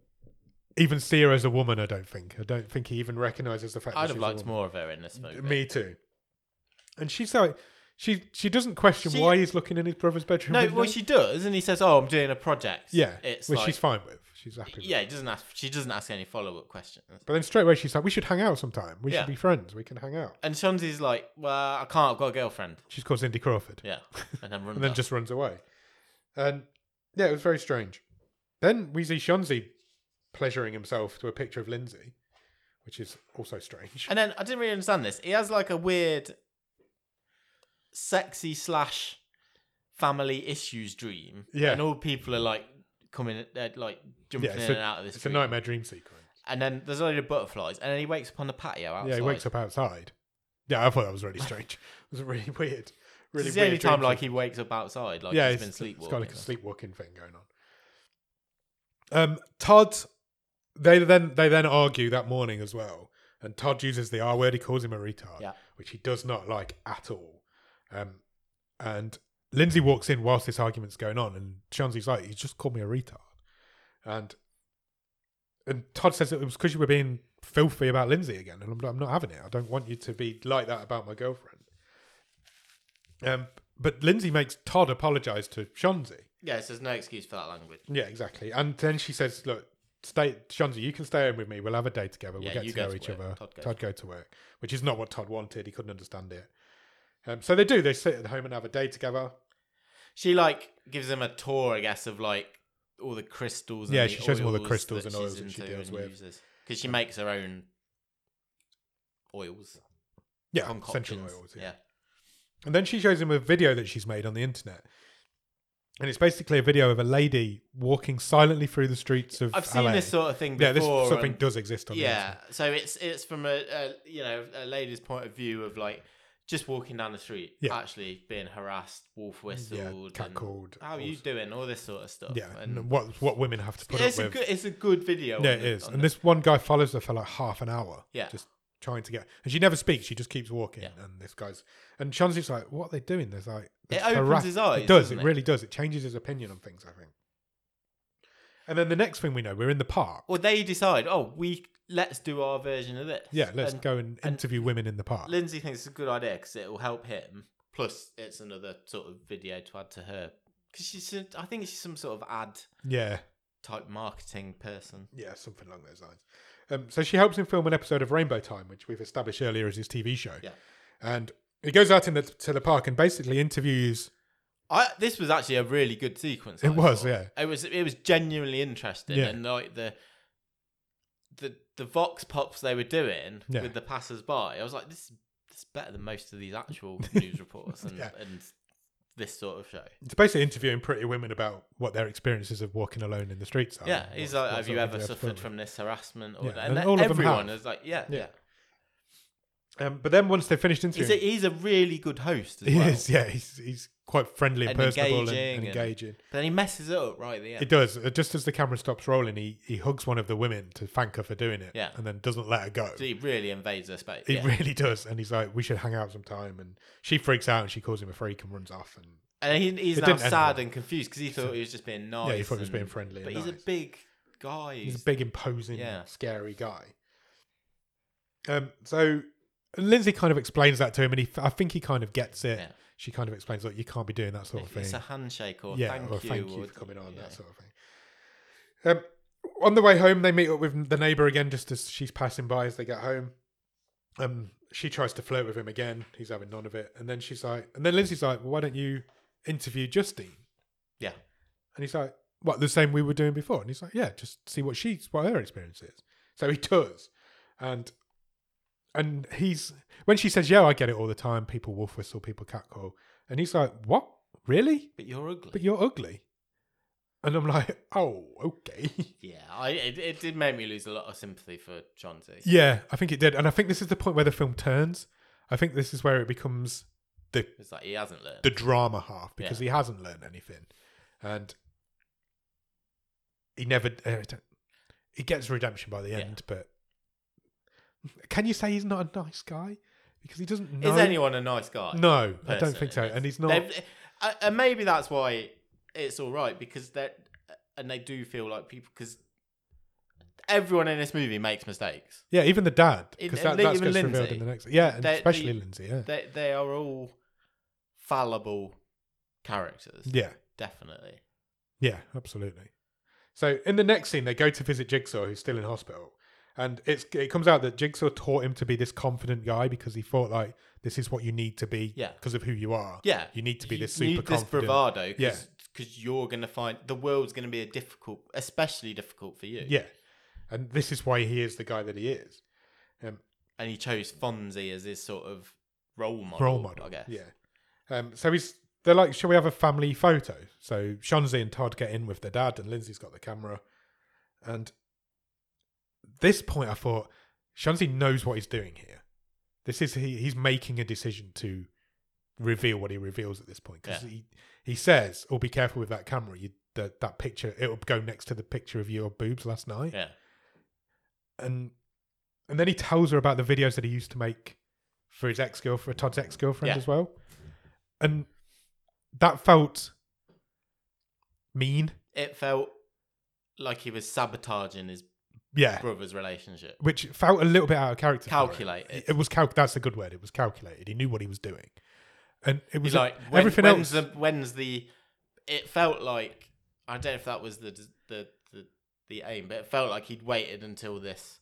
even see her as a woman. I don't think. I don't think he even recognizes the fact. that I'd she's have a liked woman. more of her in this movie. Me too. And she's like, She she doesn't question She- why he's looking in his brother's bedroom. No, window. well, she does, and he says, "Oh, I'm doing a project." yeah, it's which like, she's fine with. She's happy. With. yeah. He doesn't ask. She doesn't ask any follow up questions, But then straight away she's like, "We should hang out sometime. We Yeah. should be friends. We can hang out." and Shonzi's like, "Well, I can't. I've got a girlfriend." She's called Cindy Crawford, Yeah, and then runs. and then off. just runs away. And yeah, it was very strange. Then we see Shonzi pleasuring himself to a picture of Lindsay, which is also strange. And then I didn't really understand this. He has like a weird, sexy slash family issues dream. Yeah. and all people are like coming, uh, like jumping Yeah, it's in a- and out of this. It's a dream. nightmare dream sequence. And then there's a load of butterflies, and then he wakes up on the patio outside. Yeah, he wakes up outside. Yeah, I thought that was really strange. it was really weird. Really it's the only weird time dream like he wakes up outside, like yeah, he's it's- been sleepwalking. It's got like a or- sleepwalking thing going on. Um, Todd, they then they then argue that morning as well, and Todd uses the R word. He calls him a retard, Yeah. which he does not like at all. Um, and Lindsay walks in whilst this argument's going on, and Chauncey's like, "He's just called me a retard," and and Todd says it was because you were being filthy about Lindsay again, and I'm, I'm not having it. I don't want you to be like that about my girlfriend. Um, but Lindsay makes Todd apologise to Shonzi. Yeah, so there's no excuse for that language. Yeah, exactly. And then she says, "Look, stay, Shonzi, you can stay home with me. We'll have a day together. We'll Yeah, get you to go know to each work. other." Todd Todd go, goes to work, which is not what Todd wanted. He couldn't understand it. Um, so they do. They sit at home and have a day together. She like gives him a tour, I guess, of like all the crystals. And Yeah, the she shows him all the oils crystals and that she's oils that she into deals and with. because she makes her own oils, Yeah, concoctions. essential oils. yeah. And then she shows him a video that she's made on the internet. And it's basically a video of a lady walking silently through the streets of I've seen LA. this sort of thing before. yeah, this sort of thing and- does exist on the yeah, internet. so it's it's from a, a you know a lady's point of view of like just walking down the street, Yeah. actually being harassed, wolf whistled, Yeah, and catcalled. How are you doing? All this sort of stuff. Yeah, and and what what women have to put it's a up with. good it's a good video. yeah, on it the- is. on And the- this one guy follows her for like half an hour. Yeah. just trying to get. And she never speaks. She just keeps walking. Yeah. And this guy's and Chauncey's like, "What are they doing?" There's like It it's opens harass- his eyes, It does. doesn't It, it? really does. It changes his opinion on things. I think. And then the next thing we know, we're in the park. or they decide, oh, we let's do our version of this. Yeah, let's And go and, and- interview women in the park. Lindsay thinks it's a good idea because it will help him. Plus, it's another sort of video to add to her because she's, a- I think she's some sort of ad yeah, type marketing person. yeah, something along those lines. Um, so she helps him film an episode of Rainbow Time, which we've established earlier as his TV show. Yeah. and he goes out in the, to the park and basically interviews I this was actually a really good sequence. It I was, thought. yeah. It was it was genuinely interesting, Yeah. and like the the the vox pops they were doing Yeah. with the passers by. I was like, this is, this is better than most of these actual news reports and Yeah. and this sort of show. it's basically interviewing pretty women about what their experiences of walking alone in the streets are. Yeah, and he's what- like, what have sort of you ever things they have to suffered put up from this harassment? Or Yeah, that? and And, then all of them everyone have. is like, yeah, yeah. Yeah. with. Um, but then once they've finished He's, interviewing, a, he's a really good host as he well. is, yeah, he's, he's quite friendly and, And personable and- engaging and, and- engaging. But then he messes it up right at the It end. does. Uh, Just as the camera stops rolling, he, he hugs one of the women to thank her for doing it Yeah. and then doesn't let her go. So he really invades her space. He yeah. really does. And he's like, we should hang out sometime. And she freaks out and she calls him a freak and runs off. And and he, he's It now didn't end sad well. and confused because he thought he was just being nice. Yeah, he thought he was and- being friendly But and he's a nice. big guy. he's a who's- big, imposing, Yeah. scary guy. Um, so Lindsay kind of explains that to him. And he, I think he kind of gets it. Yeah. She kind of explains, like, you can't be doing that sort of thing. It's a handshake or yeah, thank or you. thank you or- for coming on, yeah. that sort of thing. Um, on the way home, they meet up with the neighbour again, just as she's passing by as they get home. Um, she tries to flirt with him again. He's having none of it, and then she's like, and then Lindsay's like, well, "Why don't you interview Justine?" Yeah. and he's like, "What the same we were doing before?" And he's like, "Yeah, just see what she's what her experience is." So he does, and and he's when she says, "Yeah, I get it all the time. People wolf whistle, people catcall," and he's like, "What? Really?" But you're ugly. but you're ugly. And I'm like, oh, okay. yeah, I, it, it did make me lose a lot of sympathy for Chauncey. yeah, I think it did. And I think this is the point where the film turns. I think this is where it becomes the It's like he hasn't learned. the drama half because he hasn't learned anything. And he never, uh, I don't- he gets redemption by the Yeah. end, but can you say he's not a nice guy? Because he doesn't know. Is anyone a nice guy? no, I don't personally. think so. And he's not. They've- uh, and maybe that's why it's all right because that and they do feel like people because everyone in this movie makes mistakes. yeah, even the dad. It- Because and that, that's even gets revealed Lindsay. in the next. Yeah, and They- especially they- Lindsay, yeah. They they are all fallible characters. Yeah. Definitely. Yeah, absolutely. So in the next scene, they go to visit Jigsaw, who's still in hospital, and it's it comes out that Jigsaw taught him to be this confident guy because he thought like this is what you need to be, Yeah. because of who you are. Yeah. you need to be You this super need this confident. bravado because Yeah. you're going to find the world's going to be a difficult, especially difficult for you. yeah, and this is why he is the guy that he is. And he chose Fonzie as his sort of role model. Role model, I guess. Yeah. Um, so he's they're like, shall we have a family photo? So Shonzi and Todd get in with their dad, and Lindsay's got the camera. And this point, I thought Shonzi knows what he's doing here. This is he, he's making a decision to reveal what he reveals at this point because Yeah. he he says, "Oh, be careful with that camera. You that that picture it'll go next to the picture of your boobs last night." Yeah. and and then he tells her about the videos that he used to make for his ex girlfriend, Todd's ex girlfriend Yeah. as well, and that felt mean. It felt like he was sabotaging his Yeah, brother's relationship. which felt a little bit out of character. for him. Calculated. It was calc. That's a good word. It was calculated. He knew what he was doing, and it was He's like when, everything when's else. The, when's the? It felt like I don't know if that was the the the, the aim, but it felt like he'd waited until this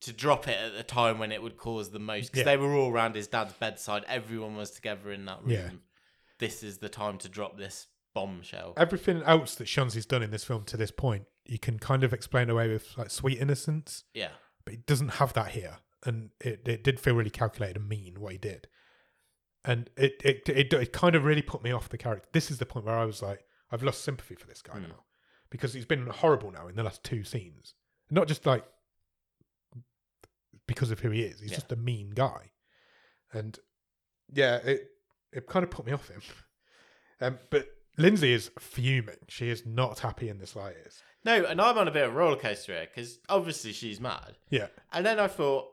to drop it at the time when it would cause the most. Because Yeah. they were all around his dad's bedside. Everyone was together in that room. Yeah. This is the time to drop this bombshell. everything else that Shonzi's done in this film to this point, you can kind of explain away with like sweet innocence. yeah. but he doesn't have that here, and it, it did feel really calculated and mean what he did, and it it, it it kind of really put me off the character. This is the point where I was like, I've lost sympathy for this guy Mm. now because he's been horrible now in the last two scenes, not just like because of who he is. He's Yeah. just a mean guy, and yeah, it it kind of put me off him. Um, but Lindsay is fuming. She is not happy in the slightest. No, and I'm on a bit of a roller coaster here because obviously she's mad. Yeah, And then I thought,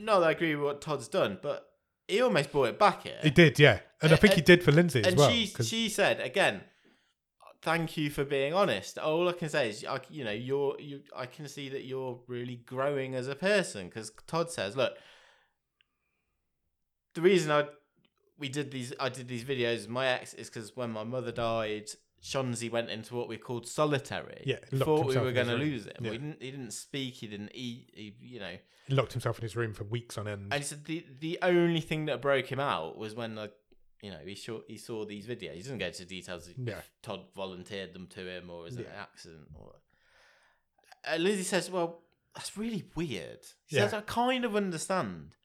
no, I agree with what Todd's done, but he almost brought it back here. he did. Yeah, and I think he And- did for Lindsay as Uh, and well. she 'cause- she said again, thank you for being honest. All I can say is, I, you know, you're you. I can see that you're really growing as a person because Todd says, look, the reason I we did these I did these videos with my ex is because when my mother died. Shonzi went into what we called solitary. Yeah, He locked thought we himself were in his going to room. lose him. Yeah. He, didn't, he didn't speak. He didn't eat. He, you know, He locked himself in his room for weeks on end. and so the the only thing that broke him out was when like you know he saw he saw these videos. He doesn't go into details. if Yeah. Todd volunteered them to him, or is it an Yeah. accident? Or and Lizzie says, "Well, that's really weird." He says, Yeah. "I kind of understand,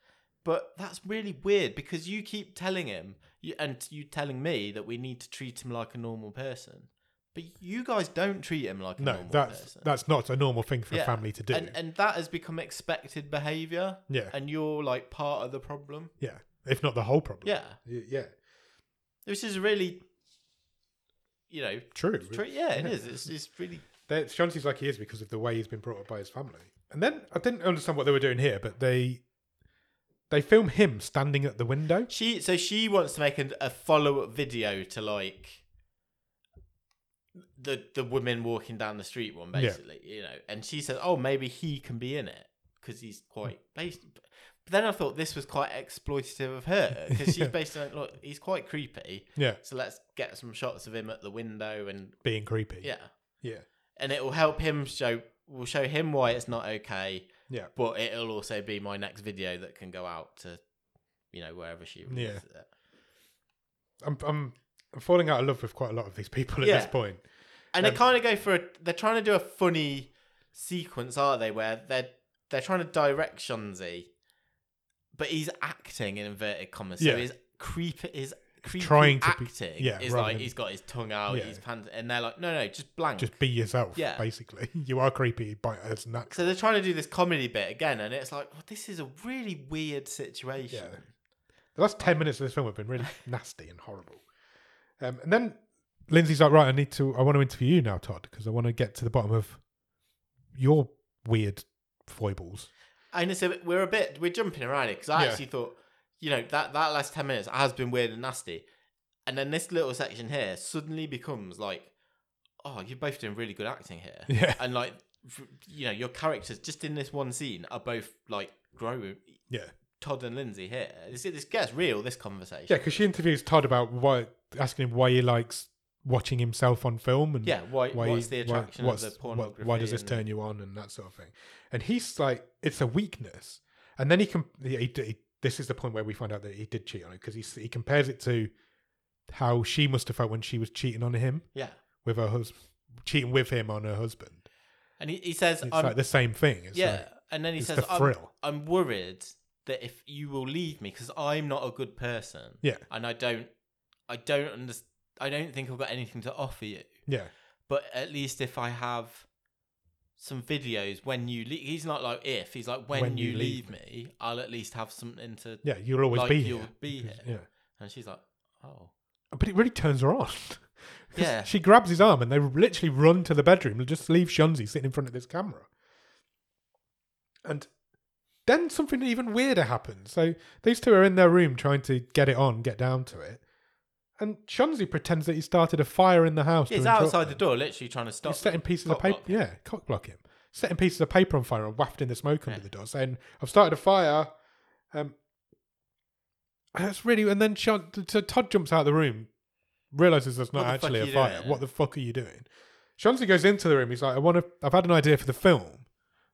but that's really weird because you keep telling him you, and you telling me that we need to treat him like a normal person, but you guys don't treat him like a no, normal that's person." that's not a normal thing for Yeah. a family to do. and and that has become expected behavior, yeah, and you're like part of the problem. yeah. If not the whole problem. Yeah, Y- yeah. this is really, you know, True. tr- yeah, it is. It's it's really That Shanti's like he is because of the way he's been brought up by his family. And then I didn't understand what they were doing here, but they they film him standing at the window. she. So she wants to make a, a follow up video to like the the women walking down the street one, Yeah. basically, you know. And she says, "Oh, maybe he can be in it because he's quite Hmm. based." But then I thought this was quite exploitative of her because she's Yeah. basically like, "Look, he's quite creepy, Yeah, so let's get some shots of him at the window and being creepy. yeah." yeah, and it will help him show will show him why it's not okay. Yeah. But it'll also be my next video that can go out to you know wherever she Yeah. releases it. I'm I'm I'm falling out of love with quite a lot of these people at Yeah. this point. And Um, they kind of go for a they're trying to do a funny sequence, aren't they, where they're they're trying to direct Shonzi, but he's acting in inverted commas. So Yeah. he's creepy is creepy trying to be- acting yeah, is rather like than- he's got his tongue out, Yeah. he's pant- and they're like, No, no, just blank. Just be yourself. Yeah. basically, you are creepy by as natural. So they're trying to do this comedy bit again, and it's like, well, this is a really weird situation. Yeah. The last 10 minutes of this film have been really nasty and horrible. Um, and then Lindsay's like, right, I need to, I want to interview you now, Todd, because I want to get to the bottom of your weird foibles. And it's a bit, we're a bit we're jumping around it because I Yeah. actually thought, you know, that that last ten minutes has been weird and nasty, and then this little section here suddenly becomes like, oh, you're both doing really good acting here, Yeah. and like, f- you know, your characters just in this one scene are both like growing Yeah. Todd and Lindsay here. This, this gets real. This conversation. Yeah, because she interviews Todd about why, asking him why he likes watching himself on film and Yeah, why, why what's he- the why- attraction what's- of the what- pornography? Why does this and- turn you on and that sort of thing? And he's like, it's a weakness. And then he can. He, he, he- this is the point where we find out that he did cheat on her because he s- he compares it to how she must have felt when she was cheating on him Yeah, with her husband, cheating with him on her husband. and he, he says, um, It's "I'm like the same thing. It's yeah," like- and then he it's says, the I'm, thrill. "I'm worried that if you will leave me because I'm not a good person, Yeah. and I don't, I don't understand, I don't think I've got anything to offer you, yeah, but at least if I have." Some videos when you leave. He's not like if he's like when, you, leave me, I'll at least have something to. yeah. You'll always Like, be you'll here. be because- here. Yeah. And she's like, oh, But it really turns her on. 'Cause Yeah. She grabs his arm and they literally run to the bedroom and just leave Shunzi sitting in front of this camera. And then something even weirder happens. So these two are in their room trying to get it on, get down to it. And Shunzi pretends that he started a fire in the house. it's to interrupt outside them. the door, literally trying to stop. He's setting them. pieces of Cock paper. block. Yeah, cock block him. Setting pieces of paper on fire and wafting the smoke under Yeah. the door, saying, "I've started a fire." Um, and that's really. And then Sean, so Todd jumps out of the room, realizes there's not What the fuck actually are a you fire. doing? What the fuck are you doing? Chauncey goes into the room. He's like, "I want to. I've had an idea for the film.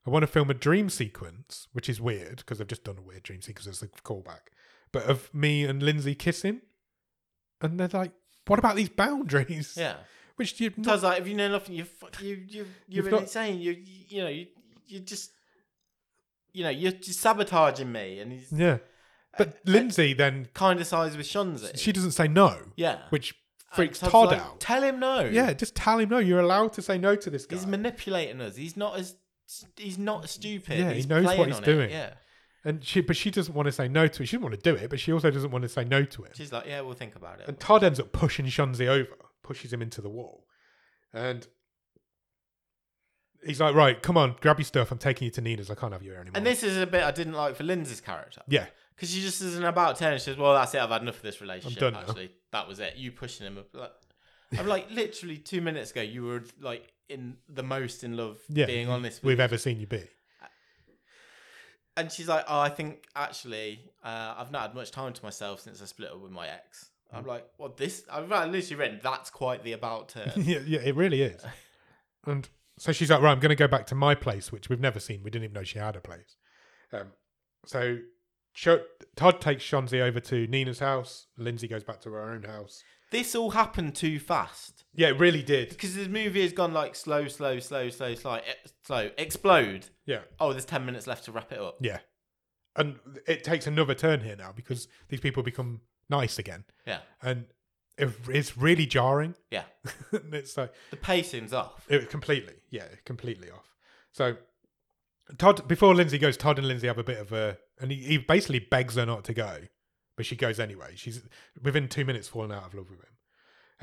I want to film a dream sequence, which is weird because I've just done a weird dream sequence as a callback, but of me and Lindsay kissing." And they're like, "What about these boundaries?" Yeah. Which you've So I not was like, if you know nothing, you fu- you you you're You've got- insane. You you you know you you just you know you're just sabotaging me, and he's Yeah. But Lindsay then kind of sides with Shunzi. she doesn't say no, yeah, Uh, which And freaks Todd's Todd like, out. Tell him no. yeah, just tell him no. You're allowed to say no to this guy. he's manipulating us. He's not as he's not stupid. Yeah, he he's knows what playing he's on it. doing. Yeah, and she, but she doesn't want to say no to it. She doesn't want to do it, but she also doesn't want to say no to him. she's like, yeah, we'll think about it. And Todd ends up pushing Shunzi over, pushes him into the wall, and he's like, "Right, come on, grab your stuff. I'm taking you to Nina's. I can't have you here anymore." And this is a bit I didn't like for Lindsay's character. yeah, Because she just isn't about ten. She says, "Well, that's it. I've had enough of this relationship. done now." actually, that was it. You pushing him. up- Like, I'm like literally two minutes ago. You were like in the most in love, yeah. being honest with. we've ever seen you be. And she's like, "Oh, I think actually, uh, I've not had much time to myself since I split up with my ex." Mm. I'm like, "Well, this." I've I literally read that's quite the about turn. yeah, yeah, it really is. And so she's like, right, I'm going to go back to my place, which we've never seen. We didn't even know she had a place. Um, so Sho- Todd takes Shonzi over to Nina's house. Lindsay goes back to her own house. this all happened too fast Yeah, it really did. because the movie has gone like slow, slow, slow, slow, slow, e- slow, explode. Yeah, Oh, there's ten minutes left to wrap it up. yeah. And it takes another turn here now because these people become nice again. Yeah, And it, it's really jarring. yeah. And it's like, The pacing's off. It was completely, yeah, completely off. So Todd, before Lindsay goes, Todd and Lindsay have a bit of a, and he, he basically begs her not to go, but she goes anyway. She's within two minutes fallen out of love with him.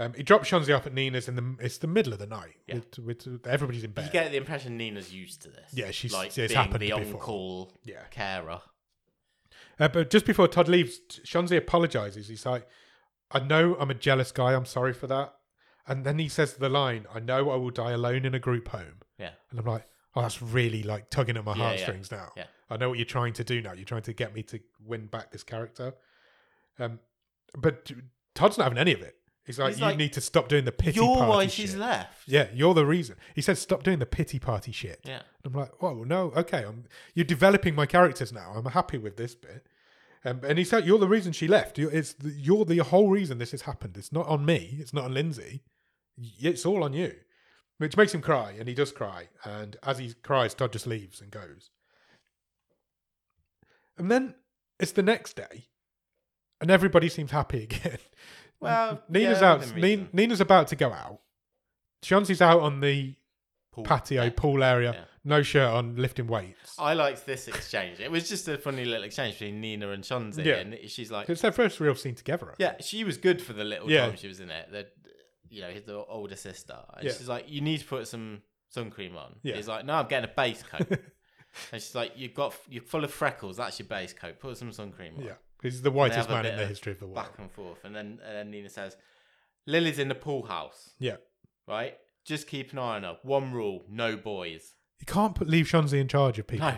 Um, he drops Shonzi off at Nina's in the it's the middle of the night. Yeah. With, with, everybody's in You bed. get the impression Nina's used to this. Yeah, she's- like it's being happened the before. on-call Yeah. carer. Uh, but just before Todd leaves, Shonzi apologizes. He's like, "I know I'm a jealous guy. I'm sorry for that." And then he says the line, "I know I will die alone in a group home." Yeah, And I'm like, oh, that's really like tugging at my Yeah, yeah, heartstrings now. yeah. I know what you're trying to do now. You're trying to get me to win back this character. Um, but Todd's not having any of it. He's like, He's you like, need to stop doing the pity you're party why shit. she's left. Yeah, you're the reason. He said, stop doing the pity party shit. yeah. And I'm like, oh no, okay. I'm you're developing my characters now. I'm happy with this bit. Um, and he said, you're the reason she left. You, it's the, you're the whole reason this has happened. It's not on me. It's not on Lindsay. Y- It's all on you. Which makes him cry, and he does cry. And as he cries, Todd just leaves and goes. And then it's the next day, and everybody seems happy again. Well, Nina's yeah, out. within Nina, reason. Nina's about to go out. Chauncey's out on the Paul- patio yeah. pool area, Yeah. Oh. no shirt on, lifting weights. I liked this exchange. It was just a funny little exchange between Nina and Shonzi, Yeah. and she's like, It's their first real scene together. "Yeah, she was good for the little Yeah. time she was in it." The, you know, the older sister, and Yeah. she's like, "You need to put some sun cream on." Yeah. He's like, "No, I'm getting a base coat." and she's like, "You've got you're full of freckles. That's your base coat. Put some sun cream on." yeah. He's the whitest They have a man in bit the of history of the world. back and forth. And then, and then Nina says, Lily's in the pool house, Yeah, right? Just keep an eye on her. One rule no boys. you can't put leave Shonzi in charge of people. No.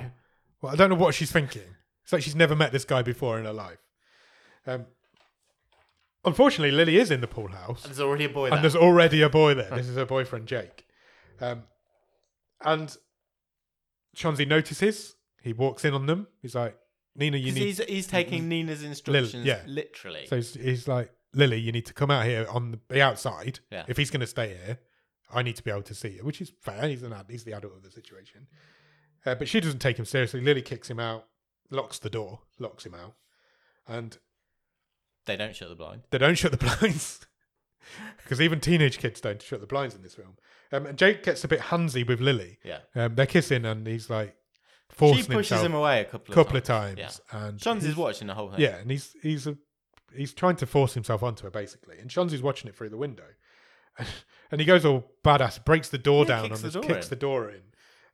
Well, I don't know what she's thinking. It's like she's never met this guy before in her life. Um, unfortunately, Lily is in the pool house. There's already a boy And there. there's already a boy there. This is her boyfriend, Jake. Um, and Chonzi notices. He walks in on them. He's like, Nina, you 'Cause need. he's, he's taking Nina's instructions yeah. literally. So he's, he's like, Lily, you need to come out here on the, be outside. Yeah. If he's going to stay here, I need to be able to see you, which is fair. He's an ad, he's the adult of the situation. Uh, but she doesn't take him seriously. Lily kicks him out, locks the door, locks him out, and they don't shut the blind. they don't shut the blinds because even teenage kids don't shut the blinds in this film. Um, and Jake gets a bit handsy with Lily. Yeah. Um, they're kissing, and he's like She forcing pushes himself him away a couple a of couple of times. times. And Shons he's- is watching the whole thing. yeah, and he's he's a, he's trying to force himself onto her basically, and Shonzi's watching it through the window, and he goes all badass, breaks the door down, Yeah, kicks on the this, door kicks in. the door in,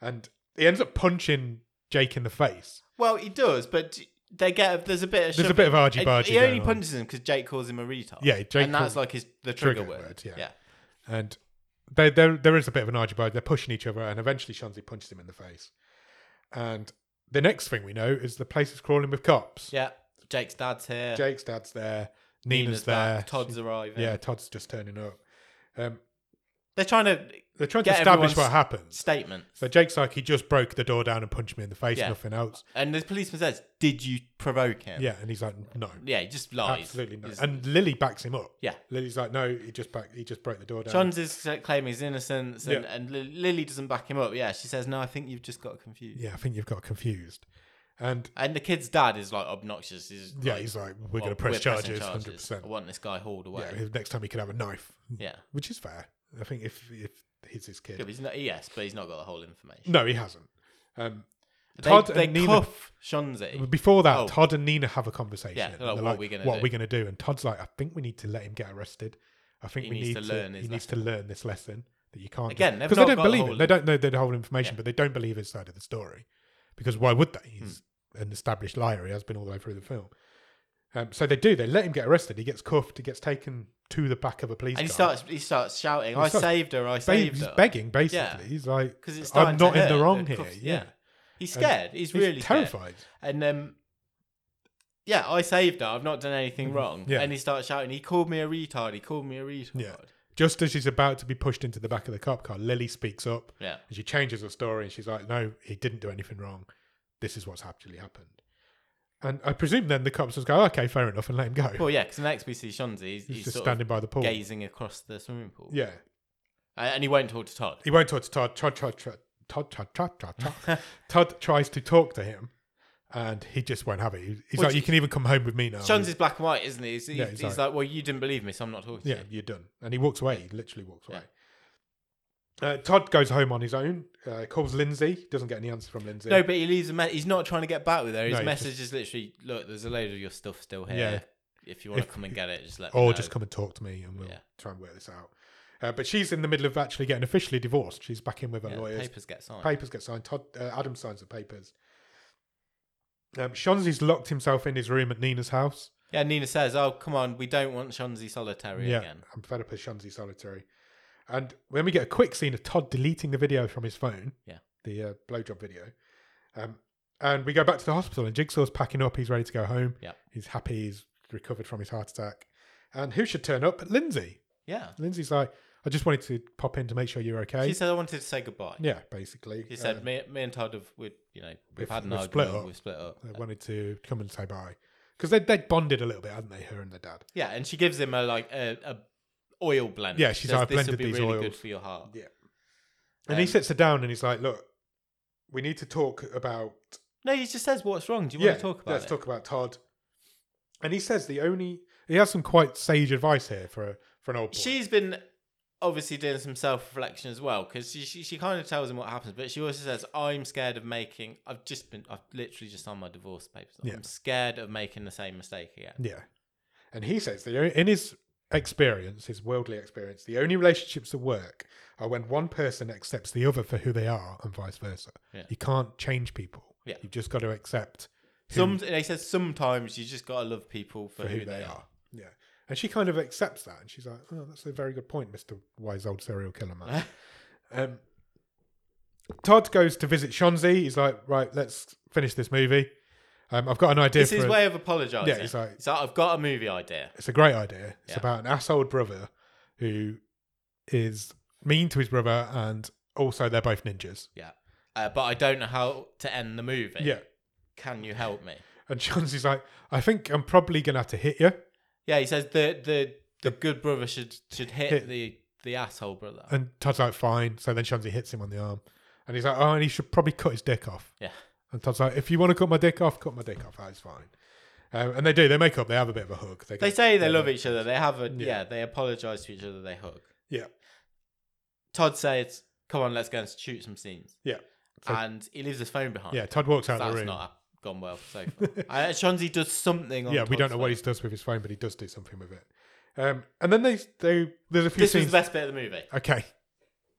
and he ends up punching Jake in the face. Well, he does, but they get there's a bit of There's a shoving. bit of argy-bargy He only going on. punches him because Jake calls him a retard. Yeah, Jake and that's calls- like his the trigger trigger, word, word. yeah. yeah. And there, there, there is a bit of an argument. They're pushing each other, and eventually Shanzi punches him in the face. And the next thing we know is the place is crawling with cops. Yeah. Jake's dad's here. Jake's dad's there. Nina's, Nina's there. back. Todd's She- arriving. yeah, Todd's just turning up. Um, They're trying to they're trying to Get establish what everyone's- happens. statement. So Jake's like, he just broke the door down and punched me in the face, Yeah. nothing else. And the policeman says, Did you provoke him? Yeah, and he's like, no, Yeah, he just lies. absolutely not. He's- And Lily backs him up. Yeah. Lily's like, no, he just back, he just broke the door down. Johns is uh, claiming his innocence, and, Yeah. and Li- Lily doesn't back him up. Yeah, she says, "No, I think you've just got confused." yeah, I think you've got confused. And And the kid's dad is like obnoxious. He's yeah, like, he's like, we're "Well, going to press we're pressing charges, hundred percent. I want this guy hauled away. Yeah, next time he could have a knife, Yeah. which is fair. I think if if he's his Yeah, but kid, he's not, yes, but he's not got the whole information. no, he hasn't. Um, They, Todd they and Nina- cuff Shonzi. before that, Oh. Todd and Nina have a conversation. Yeah, they're And like, they're "What are we gonna what do?" are we gonna do? And Todd's like, I think we need to let him get arrested. I think He we needs need to to, learn he his needs to learn this lesson that you can't Again, they've because they not don't got the believe whole- it. They don't know the whole information, Yeah. but they don't believe his side of the story because why would they? He's Hmm. an established liar. He has been all the way through the film. Um, so they do. They let him get arrested. He gets cuffed. He gets taken to the back of a police And he car. starts he starts shouting, He "I starts saved her! I Ba- saved he's her!" begging basically. Yeah. He's like, Because it's I'm starting to not in hurt. the wrong here. cuff- yeah. he's scared. he's really scared. terrified. And um, yeah, I saved her. I've not done anything wrong. Mm. Yeah. And he starts shouting, "He called me a retard. He called me a retard." Yeah. Just as she's about to be pushed into the back of the cop car, Lily speaks up Yeah. and she changes her story and she's like, "No, he didn't do anything wrong. This is what's actually happened." And I presume then the cops just go, "Okay, fair enough," and let him go. Well, yeah, because next we see Shonzi, he's, he's, he's just sort standing by the of pool. gazing across the swimming pool. Yeah, A- And he won't talk to Todd. he won't talk to Todd. Todd, Todd, Todd, Todd, Todd, Todd, Todd, Todd. Todd tries to talk to him, and he just won't have it. He- He's Well, like, "You can even come home with me now." Shonzi's black and white, isn't he? He's, he's, he's he's like- like, well, you didn't believe me, so I'm not talking to yeah, you. you're done. And he walks away. He literally walks Yeah. away. Uh, Todd goes home on his own. Uh, calls Lindsay. Doesn't get any answer from Lindsay. No, but he leaves a me- He's not trying to get back with her. His No, he's message is literally, look, there's a load of your stuff still here. Yeah. If you want If- to come and get it, just let me or know. just come and talk to me and we'll Yeah. try and work this out. Uh, but she's in the middle of actually getting officially divorced. She's back in with her Yeah, the lawyers. papers get signed. Papers get signed. Todd, uh, Adam signs the papers. Um, Shonzi's locked himself in his room at Nina's house. yeah, Nina says, oh, come on, we don't want Shonzi solitary yeah, again. I'm fed up of Shonzi solitary. And then we get a quick scene of Todd deleting the video from his phone. Yeah. the uh, blowjob video. Um, and we go back to the hospital, and Jigsaw's packing up. He's ready to go home. Yeah. he's happy. He's recovered from his heart attack. And who should turn up? But Lindsay. Yeah. Lindsay's like, I just wanted to pop in to make sure you're okay. She said, I wanted to say goodbye. yeah, basically. She said, Um, me, me and Todd have, we, you know, we've, We've- had an we've argument. split up. We've split up. they wanted to come and say bye because they they bonded a little bit, hadn't they? Her and the dad. Yeah, and she gives him a like a, a oil blend. Yeah, she's says, like, "I "This will blended be these really good oils." for your heart. Yeah. And he Um, sits her down and he's like, look, we need to talk about. No, he just says, "What's wrong? Do you yeah, want to talk about let's it?" talk about Todd. And he says the only he has some quite sage advice here for a, for an old boy. She's been obviously doing some self reflection as well because she, she she kind of tells him what happens, but she also says, "I'm scared of making. I've just been. I've literally just signed my divorce papers. I'm Yeah. scared of making the same mistake again." Yeah. And he says that in his experience, his worldly experience, the only relationships that work are when one person accepts the other for who they are and vice versa. Yeah. You can't change people. Yeah. You've just got to accept who, Some they says sometimes you just gotta love people for, for who, they, are. Yeah. And she kind of accepts that. And she's like, oh, that's a very good point, Mr. Wise Old Serial Killer Man. um, Todd goes to visit Shonzi. He's like, right, let's finish this movie. Um, I've got an idea This for is a- way of apologising. Yeah, it's like- so I've got a movie idea. it's a great idea. It's Yeah. about an asshole brother who is mean to his brother, and also they're both ninjas. Uh, but I don't know how to end the movie. Yeah. Can you help me? And Johnsy's like, I think I'm probably gonna have to hit you. Yeah, he says the the, the good brother should should hit, Hit- the the asshole brother. And Todd's like, fine. So then Shanzi hits him on the arm, and he's like, oh, and he should probably cut his dick off. Yeah. And Todd's like, if you want to cut my dick off, cut my dick off. That's fine. Um, and they do. They make up. They have a bit of a hug. They go- say they yeah, love each other. They have a Yeah. yeah. They apologise to each other. They hug. Yeah. Todd says, "Come on, let's go and shoot some scenes." Yeah. So- and he leaves his phone behind. Yeah. Todd walks out of that's the room. not gone well so far. uh, Chonzi does something. on yeah, we don't Todd's know what phone. he does with his phone, but he does do something with it. Um, and then they they there's a few This was scenes. the best bit of the movie. okay,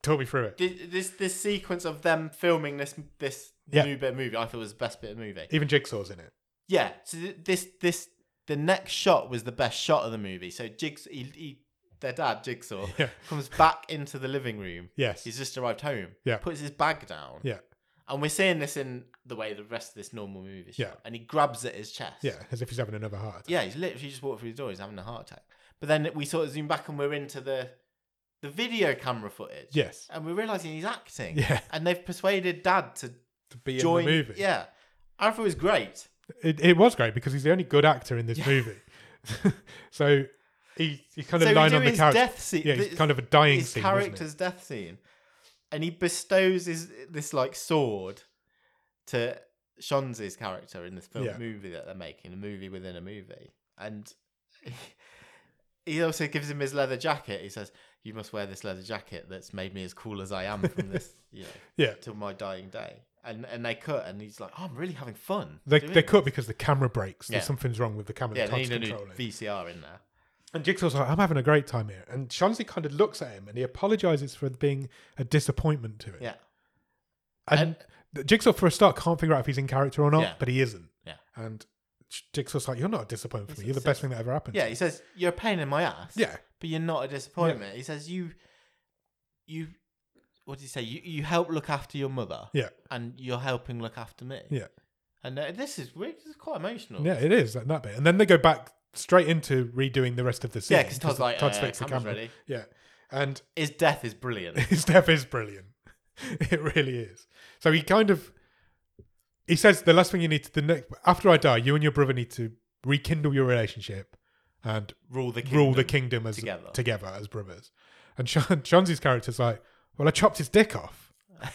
talk me through it. This, this this sequence of them filming this this Yeah. new bit of movie, I thought was the best bit of the movie. Even Jigsaw's in it. Yeah. So th- this this the next shot was the best shot of the movie. So Jigs he, he their dad Jigsaw Yeah. comes back into the living room. Yes. He's just arrived home. Yeah. Puts his bag down. Yeah. And we're seeing this in the way the rest of this normal movie. is Yeah. shot. And he grabs at his chest. yeah, as if he's having another heart attack. Yeah. He's literally just walked through the door. He's having a heart attack. But then we sort of zoom back and we're into the the video camera footage. Yes. And we're realizing he's acting. Yeah. And they've persuaded dad to To be join. in the movie. Yeah. I thought it was great. It, it was great because he's the only good actor in this movie. so he, he's kind of so we lying do on the his couch. death scene. yeah, he's This- kind of a dying his scene. isn't it? character's death scene, and he bestows his this like sword to Shonzi's character in this film Yeah. movie that they're making, a movie within a movie, and he also gives him his leather jacket. He says, "You must wear this leather jacket that's made me as cool as I am from this, you know, Yeah. till my dying day." And and they cut, and he's like, oh, "I'm really having fun." They, doing they this." cut because the camera breaks. There's Yeah. something's wrong with the camera. Yeah, that they Todd's need a new controlling. VCR in there. And Jigsaw's like, I'm having a great time here. And Shanzi kind of looks at him and he apologizes for being a disappointment to him. Yeah. And, the- Jigsaw, for a start, can't figure out if he's in character or not, Yeah. but he isn't. Yeah. And J- Jigsaw's like, You're not a disappointment for me. You're the it's- best thing that ever happened. to Yeah, me." he says, "You're a pain in my ass." Yeah. but you're not a disappointment. He says you, you, what did he say? You you help look after your mother, Yeah. and you're helping look after me. Yeah. and uh, this is really- this is quite emotional. Yeah, it is. That, that bit. And then they go back straight into redoing the rest of the scene. yeah, because Todd's like, Todd's uh, fixed the camera's camera. ready. Yeah. And His death is brilliant. his death is brilliant. It really is. So he kind of he says the last thing you need to the next after I die, you and your brother need to rekindle your relationship and Rule the rule the kingdom. kingdom as together, together. as brothers. And John, Johnsy's character's like, well, I chopped his dick off.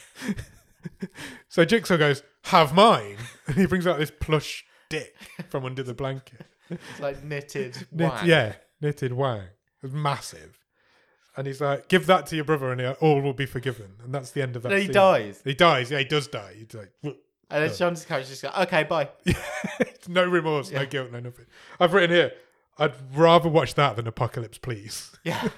so Jigsaw goes, have mine, and he brings out this plush dick from under the blanket. It's like knitted. Knit- wang. yeah, knitted wang. It was massive. And he's like, give that to your brother and all will be forgiven. And that's the end of that And he scene. dies, He dies. Yeah, he does die. He's like, and then Sean's character just goes, "Okay, bye." no remorse, no guilt, no nothing. I've written here, I'd rather watch that than Apocalypse, please. Yeah,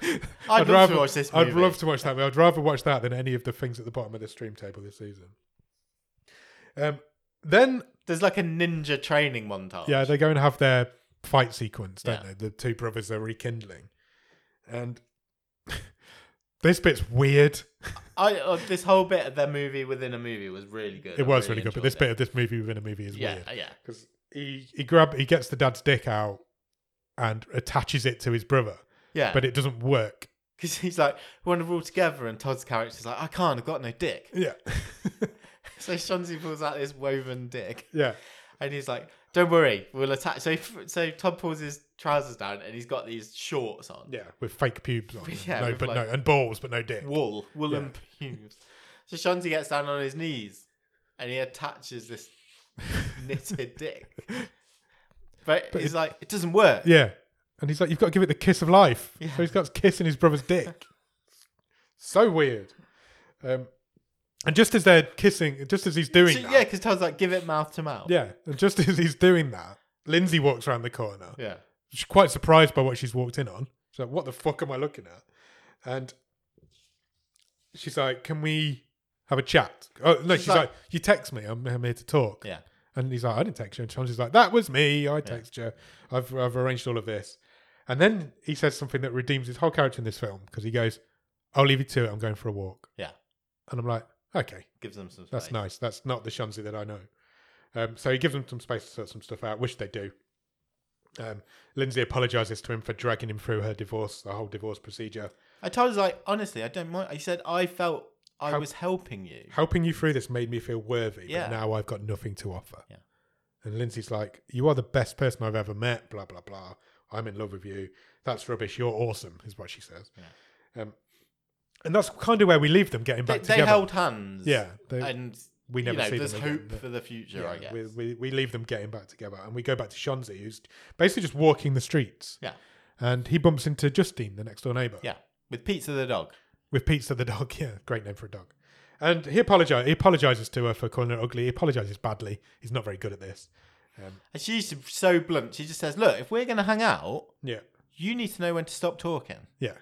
I'd, love rather to watch this I'd movie. love to watch that. I'd rather watch that than any of the things at the bottom of the stream table this season. Um, then There's like a ninja training montage. yeah, they go and have their fight sequence, don't Oh, Yeah. they? The two brothers are rekindling, and this bit's weird. I uh, this whole bit of their movie within a movie was really good. It I was really good, but enjoyed this it. bit of this movie within a movie is yeah, weird yeah, because he he grab he gets the dad's dick out and attaches it to his brother, yeah. but it doesn't work. Because he's like, we want to rule together, and Todd's character's like, I can't, I've got no dick. Yeah, So Shonzi pulls out this woven dick, yeah, and he's like, Don't worry, we'll attach. So, so Todd pulls his trousers down, and he's got these shorts on. yeah. With fake pubes on, and Yeah, no, with but like- no, and balls, but no dick. Wool, woolen pubes. So Shonzi gets down on his knees, and he attaches this knitted dick. But, he's like, It doesn't work. Yeah. And he's like, you've got to give it the kiss of life. Yeah. So he's got his kiss in his brother's dick. so weird. Um, and just as they're kissing, just as he's doing So, that, yeah, because Todd's like, Give it mouth to mouth. yeah, and just as he's doing that, Lindsay walks around the corner. Yeah. She's quite surprised by what she's walked in on. She's like, what the fuck am I looking at? And she's like, can we have a chat? Oh, no, she's, She's like, like- you text me. I'm, I'm here to talk. Yeah. And he's like, I didn't text you. And Chauncey's like, that was me. I text you. I've, I've arranged all of this. And then he says something that redeems his whole character in this film because he goes, I'll leave you to it. I'm going for a walk. Yeah. And I'm like, okay, Gives them some space. that's nice. That's not the Chauncey that I know. Um, so he gives them some space to sort some stuff out, which they do. Um, Lindsay apologizes to him for dragging him through her divorce, the whole divorce procedure. I told her, like, honestly, I don't mind. I said, I felt I How- was helping you. Helping you through this made me feel worthy, Yeah. but now I've got nothing to offer. Yeah. And Lindsay's like, You are the best person I've ever met, blah, blah, blah. I'm in love with you. That's rubbish. You're awesome, is what she says. Um, and that's kind of where we leave them getting They, back they together. held hands. yeah. They, And, we you never know, see there's them hope again, but- for the future, I guess. We, we, we leave them getting back together and we go back to Shonzi, who's basically just walking the streets. Yeah. And he bumps into Justine, the next door neighbour. yeah. With Pizza the dog. With Pizza the dog. Yeah, great name for a dog. And he apologizes, he apologizes to her for calling her ugly. He apologizes badly. He's not very good at this. And she's so blunt. She just says, look, if we're going to hang out, Yeah. you need to know when to stop talking. Yeah.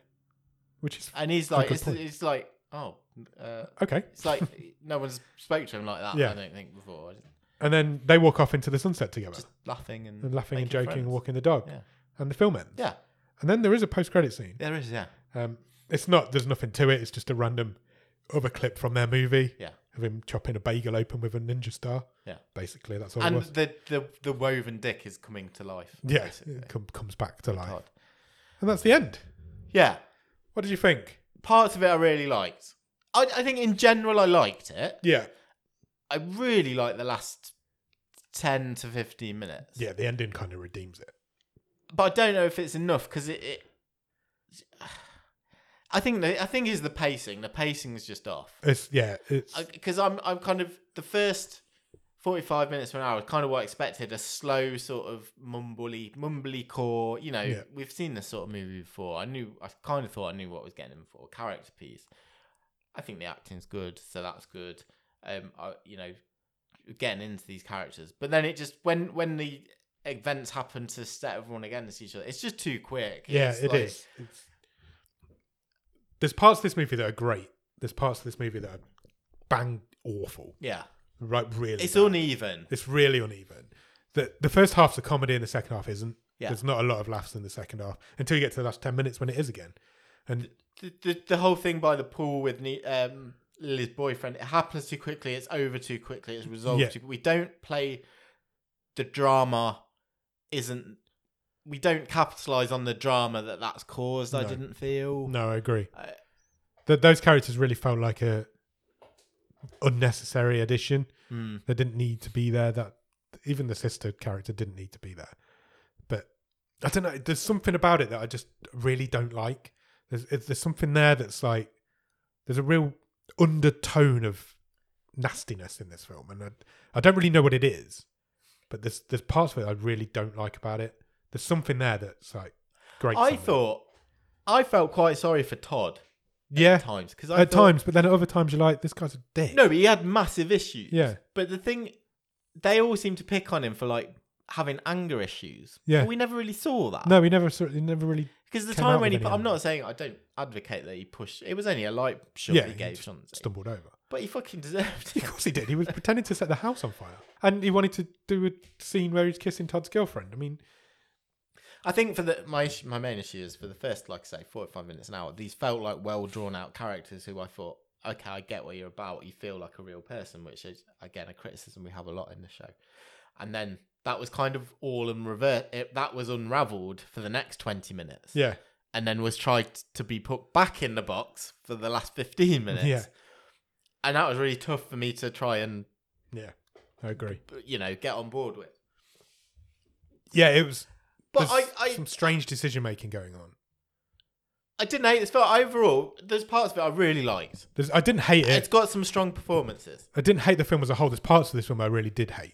Which is And he's like, good it's, point. it's like, oh, uh, okay. it's like no one's spoke to him like that. Yeah. I don't think before. Just And then they walk off into the sunset together laughing and, and laughing and making joking friends. and walking the dog. Yeah. And the film ends. Yeah, And then there is a post credit scene. there is. Yeah, Um, it's not, there's nothing to it. It's just a random other clip from their movie. yeah. of him chopping a bagel open with a ninja star. Yeah. Basically, that's all it and was. the, the the woven dick is coming to life. Yeah, basically. it com- comes back to life. God. And that's the end. Yeah, What did you think? parts of it I really liked. I, I think in general I liked it. Yeah. I really liked the last ten to fifteen minutes. Yeah, the ending kind of redeems it. but I don't know if it's enough because it, it. I think the, I think is the pacing. The pacing is just off. It's yeah, it's because I'm I'm kind of the first forty five minutes to an hour is kind of what I expected a slow sort of mumbly mumbly core. You know, Yeah. we've seen this sort of movie before. I knew I kind of thought I knew what I was getting in for character piece. I think the acting's good, so that's good. Um, I, you know, getting into these characters, but then it just when when the events happen to set everyone against each other, it's just too quick. yeah, it's it is. like- It's- there's parts of this movie that are great. There's parts of this movie that are bang awful. Yeah, Right, really. it's bad. uneven. It's really uneven. The the first half's a comedy and the second half isn't. Yeah. There's not a lot of laughs in the second half until you get to the last ten minutes when it is again. And the, the, the whole thing by the pool with Ne- um, Lily's boyfriend, it happens too quickly, it's over too quickly, it's resolved Yeah. too We don't play the drama, isn't. We don't capitalize on the drama that that's caused, I No. didn't feel. no, I agree. Uh, that those characters really felt like a unnecessary addition. mm, They didn't need to be there. That even the sister character didn't need to be there. But I don't know. There's something about it that I just really don't like. There's it- there's something there that's like there's a real undertone of nastiness in this film, and I, I don't really know what it is. But there's there's parts of it I really don't like about it. There's something there that's like great. I thought. I felt quite sorry for Todd yeah, at times. Because at times, but then at other times you're like, this guy's a dick. No, but he had massive issues. Yeah. But the thing, they all seem to pick on him for like having anger issues. Yeah. But we never really saw that. No, he never sort he never really. Because the came time out when he, with pu- any I'm anger. not saying I don't advocate that he pushed. It was only a light shot Yeah, he he gave just Shonzi, stumbled over. but he fucking deserved Of it. course he did. He was pretending to set the house on fire, and he wanted to do a scene where he's kissing Todd's girlfriend. I mean, I think for the my issue- my main issue is for the first like say four or five minutes an hour, these felt like well drawn out characters who I thought, okay, I get what you're about. You feel like a real person, which is again a criticism we have a lot in the show. And then that was kind of all in reverse. It, that was unravelled for the next twenty minutes. yeah, and then was tried to be put back in the box for the last 15 minutes. Yeah. And that was really tough for me to try and, yeah, I agree. you know, get on board with. Yeah, it was. But I, there's I, some strange decision making going on. I didn't hate this film. Overall, there's parts of it I really liked. There's, I didn't hate It's it. got some strong performances. I didn't hate the film as a whole. There's parts of this film I really did hate,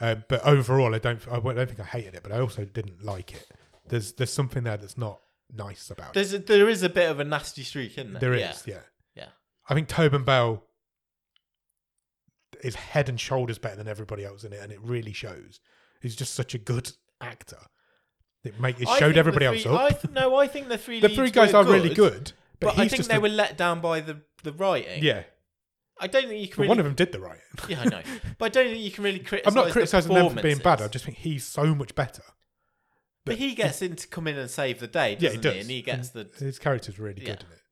uh, but overall, I don't. I don't think I hated it, but I also didn't like it. There's there's something there that's not nice about it. There's a, there is a bit of a nasty streak in there. There is, Yeah. yeah. Yeah. I think Tobin Bell is head and shoulders better than everybody else in it, and it really shows. He's just such a good actor. It make it I think showed the everybody three- else I up. th- no, I think the three the leads three guys were are really good, But, but, I he's think just they a- were let down by the, the writing. yeah. I don't think you can But really. one of them did the right. yeah, I know. But I don't think you can really criticize. I'm not the criticizing them for being bad. performances. I just think he's so much better. But, he gets in to come in and save the day, Yeah, doesn't he he, does. Mm. And he gets the His character's really Yeah. good in it,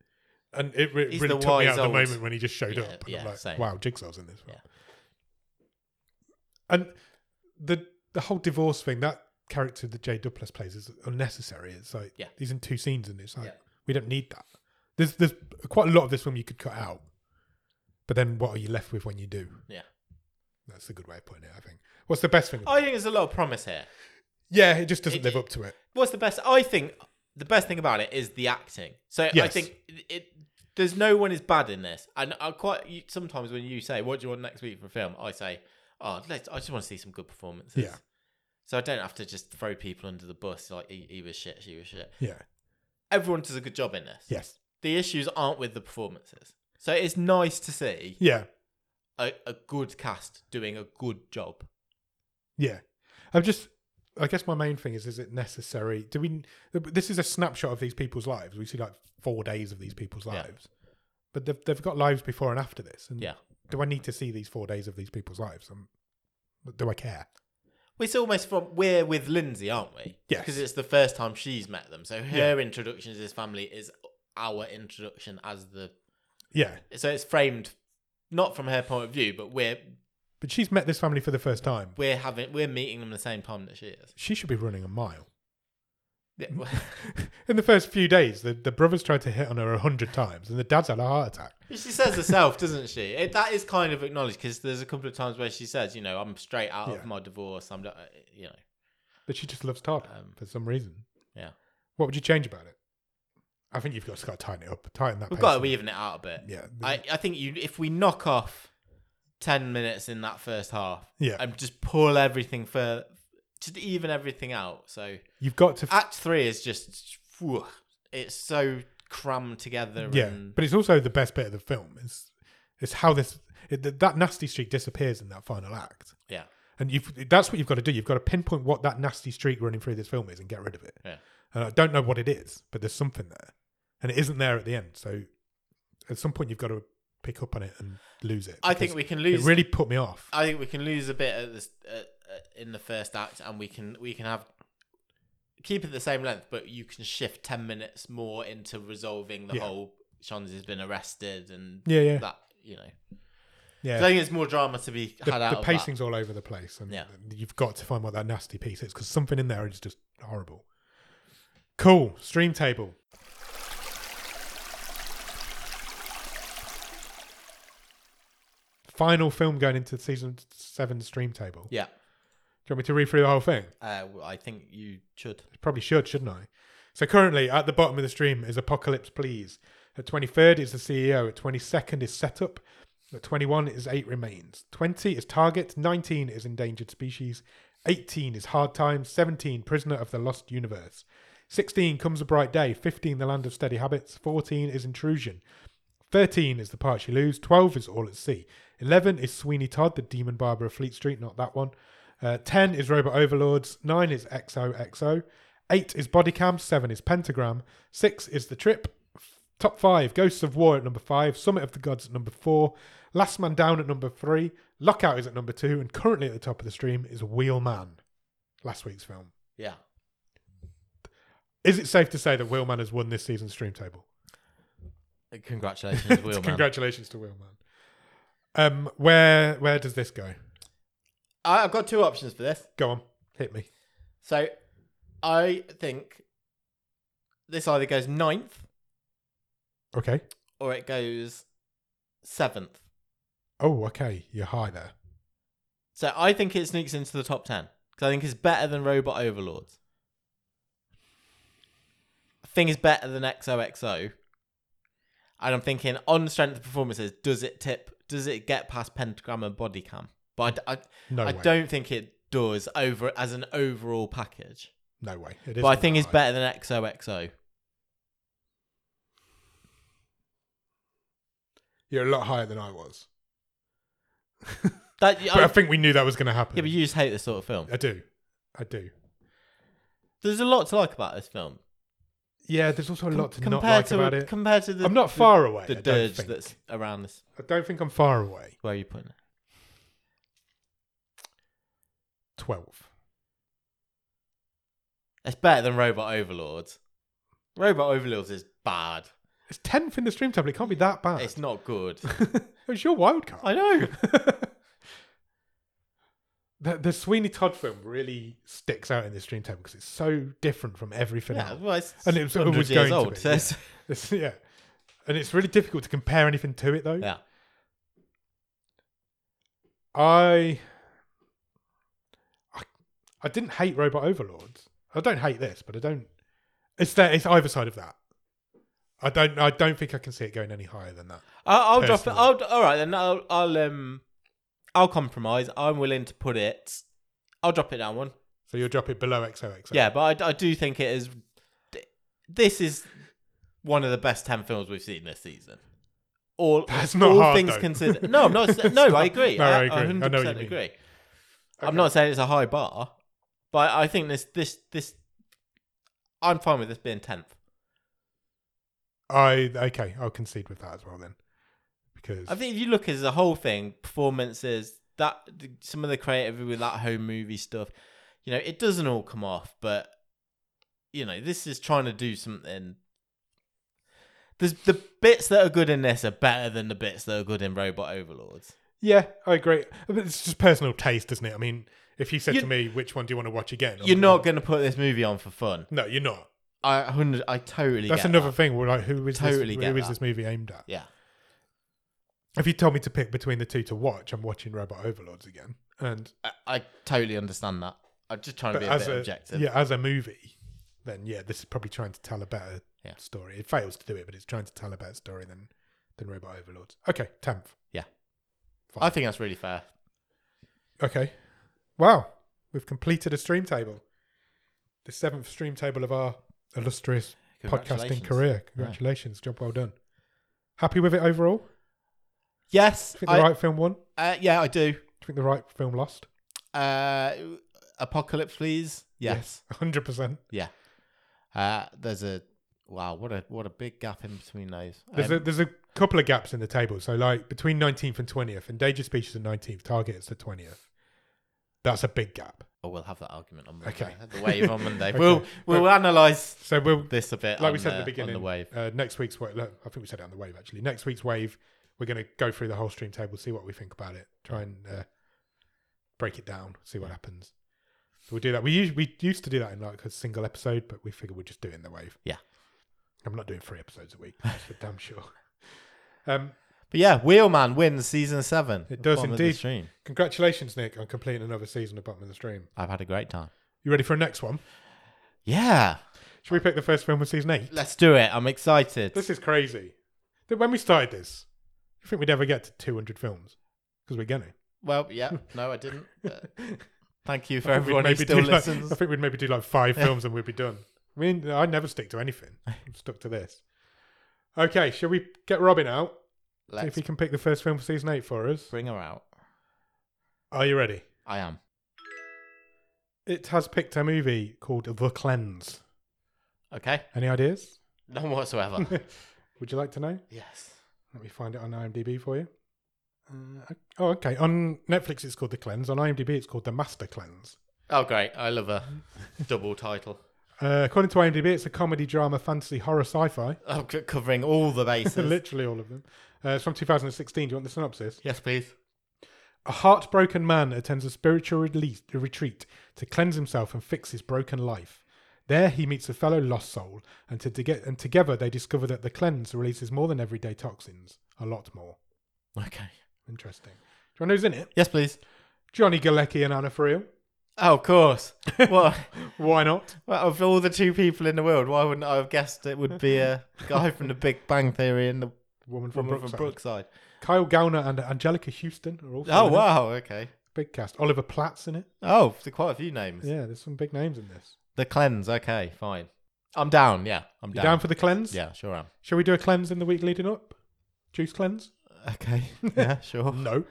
and it re- He's really the took me out wise of the old- moment when he just showed Yeah, up. And yeah, I'm like, same. wow, Jigsaw's in this. One. Yeah. And the the whole divorce thing, that character that Jay Duplass plays is unnecessary. It's like Yeah. he's in two scenes and it's like Yeah. we don't need that. There's there's quite a lot of this film you could cut out. But then what are you left with when you do? Yeah. That's a good way of putting it, I think. What's the best thing? about I think there's a lot of promise here. it? Yeah, it just doesn't it- live up to it. What's the best? I think the best thing about it is the acting. So I Yes. think it, There's no one is bad in this, and I quite you- sometimes when you say, "What do you want next week for a film?" I say, "Oh, let's, I just want to see some good performances." Yeah. So I don't have to just throw people under the bus like he, he was shit, she was shit. Yeah. Everyone does a good job in this. Yes. The issues aren't with the performances, so it's nice to see Yeah. a, a good cast doing a good job. Yeah, I'm just. I guess my main thing is: is it necessary? Do we? This is a snapshot of these people's lives. We see like four days of these people's Yeah. lives, but they've they've got lives before and after this. And Yeah. do I need to see these four days of these people's lives? Um, do I care? It's almost from we're with Lindsay, aren't we? Yes. Because it's the first time she's met them, so her introduction to this family is our introduction as the. Yeah, So it's framed not from her point of view, but we're but she's met this family for the first time. we're having we're meeting them the same time that she is. She should be running a mile. Yeah, well, In the first few days, the, the brothers tried to hit on her a hundred times, and the dad's had a heart attack. she says herself, doesn't she? It, that is kind of acknowledged because there's a couple of times where she says, you know, I'm straight out Yeah. of my divorce. I'm, not- uh, you know, But she just loves Todd Um, for some reason. yeah. What would you change about it? I think you've got to tighten it up, tighten that. we've pace got up. to even it out a bit. Yeah, I, I think you if we knock off ten minutes in that first half, Yeah. and just pull everything for just even everything out. So you've got to Act Three is just whew, it's so crammed together. Yeah, and, but it's also the best bit of the film. It's it's how this it, th- that nasty streak disappears in that final act, yeah, and you have that's what you've got to do. You've got to pinpoint what that nasty streak running through this film is and get rid of it. Yeah. And I don't know what it is, but there's something there, and it isn't there at the end. So at some point, you've got to pick up on it and lose it. I think because we can lose. it really put me off. I think we can lose a bit at this uh, uh, in the first act, and we can we can have keep it the same length, but you can shift ten minutes more into resolving the Yeah. whole. Shons has been arrested, and Yeah, yeah. that you know. yeah, So I think it's more drama to be the, had out the of pacing's all over the place, and Yeah. you've got to find what that nasty piece is because something in there is just horrible. Cool stream table. Final film going into season seven stream table. that. Yeah, Do you want me to read through the whole thing? uh, well, I think you should. Probably should, shouldn't I? So currently at the bottom of the stream is Apocalypse Please. At 23rd is the CEO. At 22nd is Setup. At 21 is Eight Remains. 20 is Target. 19 is Endangered Species. 18 is Hard Times. 17 Prisoner of the Lost Universe. 16 comes a bright day. 15 the land of steady habits. 14 is intrusion. 13 is the part she lose. 12 is all at sea. 11 is Sweeney Todd, the demon barber of Fleet Street, not that one. Uh, 10 is Robot Overlords. 9 is XOXO. 8 is Bodycam. 7 is Pentagram. 6 is The Trip. F- Top 5 Ghosts of War at number 5. Summit of the Gods at number 4. Last Man Down at number 3. Lockout is at number 2. And currently at the top of the stream is Wheelman, last week's film. Yeah, Is it safe to say that Wheelman has won this season's stream table? congratulations, Wheelman. Congratulations to Wheelman. Um, where where does this go? I, I've got two options for this. Go on, hit me. So I think this either goes ninth Okay. or it goes seventh. Oh, okay. You're high there. So I think it sneaks into the top ten because I think it's better than Robot Overlords. I think it's better than XOXO. And I'm thinking on strength of performances, does it tip? Does it get past Pentagram and Bodycam? But I, I- No I way. don't think it does over as an overall package. No way. It is but I think it's high. better than XOXO. You're a lot higher than I was. That But I, I- think we knew that was going to happen. yeah, but you just hate this sort of film. I do. I do. There's a lot to like about this film. Yeah, there's also a lot to not compared like to about it. compared to the I'm not the- far away. the I, don't dirge think. that's around this. I don't think I'm far away. Where are you putting it? 12. It's better than Robot Overlords. Robot Overlords is bad. It's 10th in the stream table. It can't be that bad. It's not good. It's your wild card. I know. the, the Sweeney Todd film really sticks out in this dream table because it's so different from everything Yeah, else. well, it's And it was 100 always years going to old. be, so it's- It's- yeah. And it's really difficult to compare anything to it though. Yeah. I I, I didn't hate Robot Overlords. I don't hate this, but I don't it's there it's either side of that. I don't I don't think I can see it going any higher than that. I'll, I'll drop it. Personally. I'll, all right, then I'll, I'll um, I'll compromise. I'm willing to put it. I'll drop it down one. So you'll drop it below XOXO. Yeah, but I, I do think it is. This is one of the best ten films we've seen this season. All That's not all hard, things though. considered. No, I'm not. s- no, I agree. No, I agree. I know what 100% you mean. agree. Okay. I'm not saying it's a high bar, but I think this this this. I'm fine with this being tenth. I okay, I'll concede with that as well then. Because I think if you look as a whole thing, performances that some of the creativity with that home movie stuff, you know, it doesn't all come off, but you know, this is trying to do something. There's the bits that are good in this are better than the bits that are good in Robot Overlords. Yeah, I agree. But it's just personal taste, isn't it? I mean, if you said You- to me, which one do you want to watch again? I'm You're not going to put this movie on for fun. No, you're not. I a hundred, I totally. That's get another that. thing. We're like, who is Totally this? get Who is that. this movie aimed at? Yeah, If you told me to pick between the two to watch, I'm watching Robot Overlords again. And I, I totally understand that. I'm just trying to but be a as bit a objective. yeah, as a movie, then yeah, this is probably trying to tell a better Yeah. story. It fails to do it, but it's trying to tell a better story than than Robot Overlords. Okay, tenth. I think that's really fair. Okay, wow, we've completed a stream table. The seventh stream table of our illustrious podcasting Congratulations. career. Congratulations, job well done. Happy with it overall? Yes, Do you think I, the right film won? Do you uh, yeah, I do. think the right film lost? Uh, Apocalypse, please. Yes. hundred percent. Uh, there's a wow. What a what a big gap in between those. There's Um, a there's a couple of gaps in the table. So like between nineteenth and twentieth, endangered species and nineteenth, target is the twentieth. That's a big gap. oh, we'll have that argument on Monday. Okay. The wave on Monday. Okay. We'll we'll analyze So we'll this a bit. like on we said at the, the beginning. on the wave. Uh, next week's wave. Look, I think we said it on the wave actually. Next week's wave, we're going to go through the whole stream table, see what we think about it, try and uh, break it down, see what happens. So we'll do that. We used we used to do that in like a single episode, but we figure we'll just do it in the wave. Yeah. I'm not doing three episodes a week. That's for damn sure. Um, But yeah, Wheelman wins season seven. It does Bottom of the indeed. stream. congratulations, Nick, on completing another season of Bottom of the Stream. I've had a great time. You ready for a next one? Yeah, Should we pick the first film of season eight? let's do it. I'm excited. This is crazy. Th- When we started this, you think we'd ever get to 200 films? Because we're gonna. well, yeah. No, I didn't. but thank you for I think we'd everyone who maybe still do like- listens. I think we'd maybe do like five films and we'd be done. I mean, I never stick to anything. I'm stuck to this. Okay, shall we get Robin out? See if Let's he can pick the first film for season eight for us. bring her out. Are you ready? I am. It has picked a movie called The Cleanse. Okay. Any ideas? None whatsoever. Would you like to know? yes. Let me find it on IMDb for you. Uh, oh, okay. On Netflix, it's called The Cleanse. On IMDb, it's called The Master Cleanse. Oh, great. I love a double title. Uh, according to IMDb, it's a comedy, drama, fantasy, horror, sci-fi. Oh, c- covering all the bases. Literally all of them. Uh, it's from 2016. Do you want the synopsis? yes, please. A heartbroken man attends a spiritual release, a retreat to cleanse himself and fix his broken life. There, he meets a fellow lost soul, and, to, toge- and together they discover that the cleanse releases more than everyday toxins, a lot more. Okay. Interesting. Do you want to know who's in it? Yes, please. Johnny Galecki and Anna Friel. Oh, of course. well, Why not? well, of all the two people in the world, why wouldn't I have guessed it would be a guy from the Big Bang Theory and the Woman from, woman Brookside. from Brookside? Kyle Gowner and Angelica Houston are also. Oh, in it. wow. Okay. Big cast. Oliver Platt's in it. Oh, there's quite a few names. Yeah, there's some big names in this. The Cleanse. Okay, fine. I'm down. Yeah, I'm You down. down for the cleanse? Yeah, sure am. Shall we do a cleanse in the week leading up? Juice cleanse? Okay. Yeah, sure. No.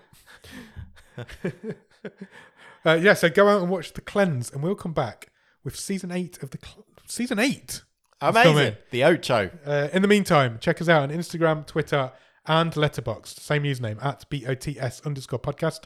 uh, yeah, so go out and watch the cleanse, and we'll come back with season eight of the cl- season eight. Amazing. in. The Ocho. Uh, in the meantime, check us out on Instagram, Twitter, and Letterboxd. Same username at BOTS underscore podcast.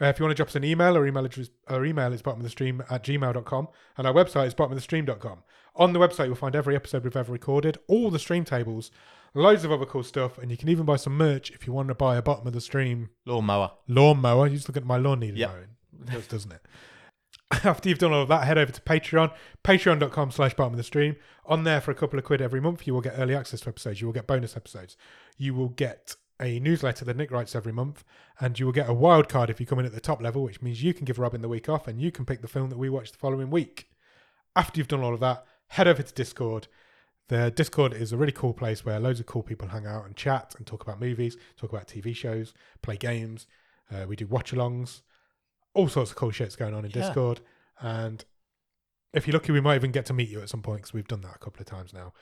Uh, if you want to drop us an email, our email, address, our email is bottom of the stream at gmail.com and our website is bottom of the stream.com. On the website, you'll find every episode we've ever recorded, all the stream tables, loads of other cool stuff, and you can even buy some merch if you want to buy a bottom of the stream Lawnmower. lawnmower. You just look at my lawn needed Yep. mowing. does, doesn't it? After you've done all of that, head over to Patreon, patreon.com slash bottom of the stream. On there for a couple of quid every month, you will get early access to episodes, you will get bonus episodes, you will get a newsletter that Nick writes every month, and you will get a wild card if you come in at the top level, which means you can give Robin the week off and you can pick the film that we watch the following week. After you've done all of that, head over to Discord. The Discord is a really cool place where loads of cool people hang out and chat and talk about movies, talk about TV shows, play games. Uh, we do watch alongs, all sorts of cool shit's going on in Yeah. Discord. And if you're lucky, we might even get to meet you at some point because we've done that a couple of times now.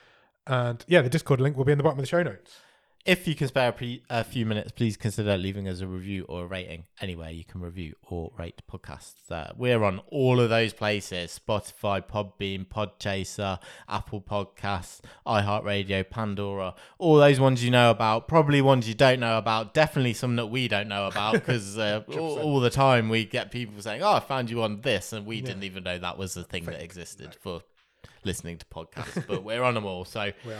And yeah, the Discord link will be in the bottom of the show notes. If you can spare a, pre- a few minutes, please consider leaving us a review or a rating. Anywhere you can review or rate podcasts. Uh, we're on all of those places Spotify, Podbean, Podchaser, Apple Podcasts, iHeartRadio, Pandora, all those ones you know about, probably ones you don't know about, definitely some that we don't know about because uh, all, all the time we get people saying, Oh, I found you on this, and we didn't even know that was a thing that existed for listening to podcasts, but we're on them all. So, We are.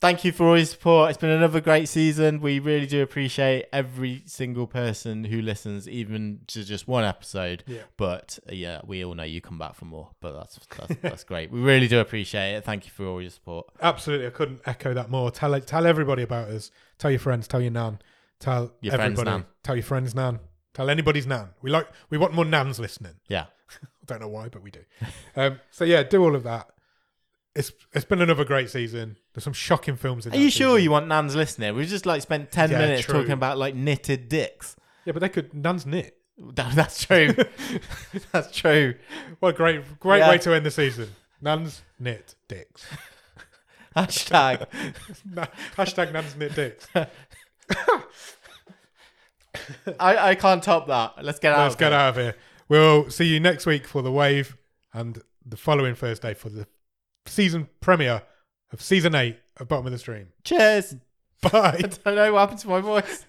thank you for all your support. It's been another great season. We really do appreciate every single person who listens, even to just one episode. Yeah. But uh, yeah, we all know you come back for more. But that's that's, that's great. We really do appreciate it. Thank you for all your support. Absolutely, I couldn't echo that more. Tell tell everybody about us. Tell your friends. Tell your nan. Tell Your friend's everybody. nan. Tell your friends nan. Tell anybody's nan. We like we want more nans listening. Yeah. I don't know why, but we do. Um, so yeah, do all of that. It's it's been another great season. There's some shocking films. in Are that you sure season. you want Nan's listening? We've just like spent ten Yeah, minutes true. talking about like knitted dicks. Yeah, but they could nans knit. That- that's true. that's true. What a great great Yeah. way to end the season. Nans knit dicks. Hashtag. Na- Hashtag nans knit dicks. I, I can't top that. Let's get out. Let's of get here. out of here. We'll see you next week for the wave, and the following Thursday for the season premiere of season eight of Bottom of the Stream. Cheers. Bye. I don't know what happened to my voice.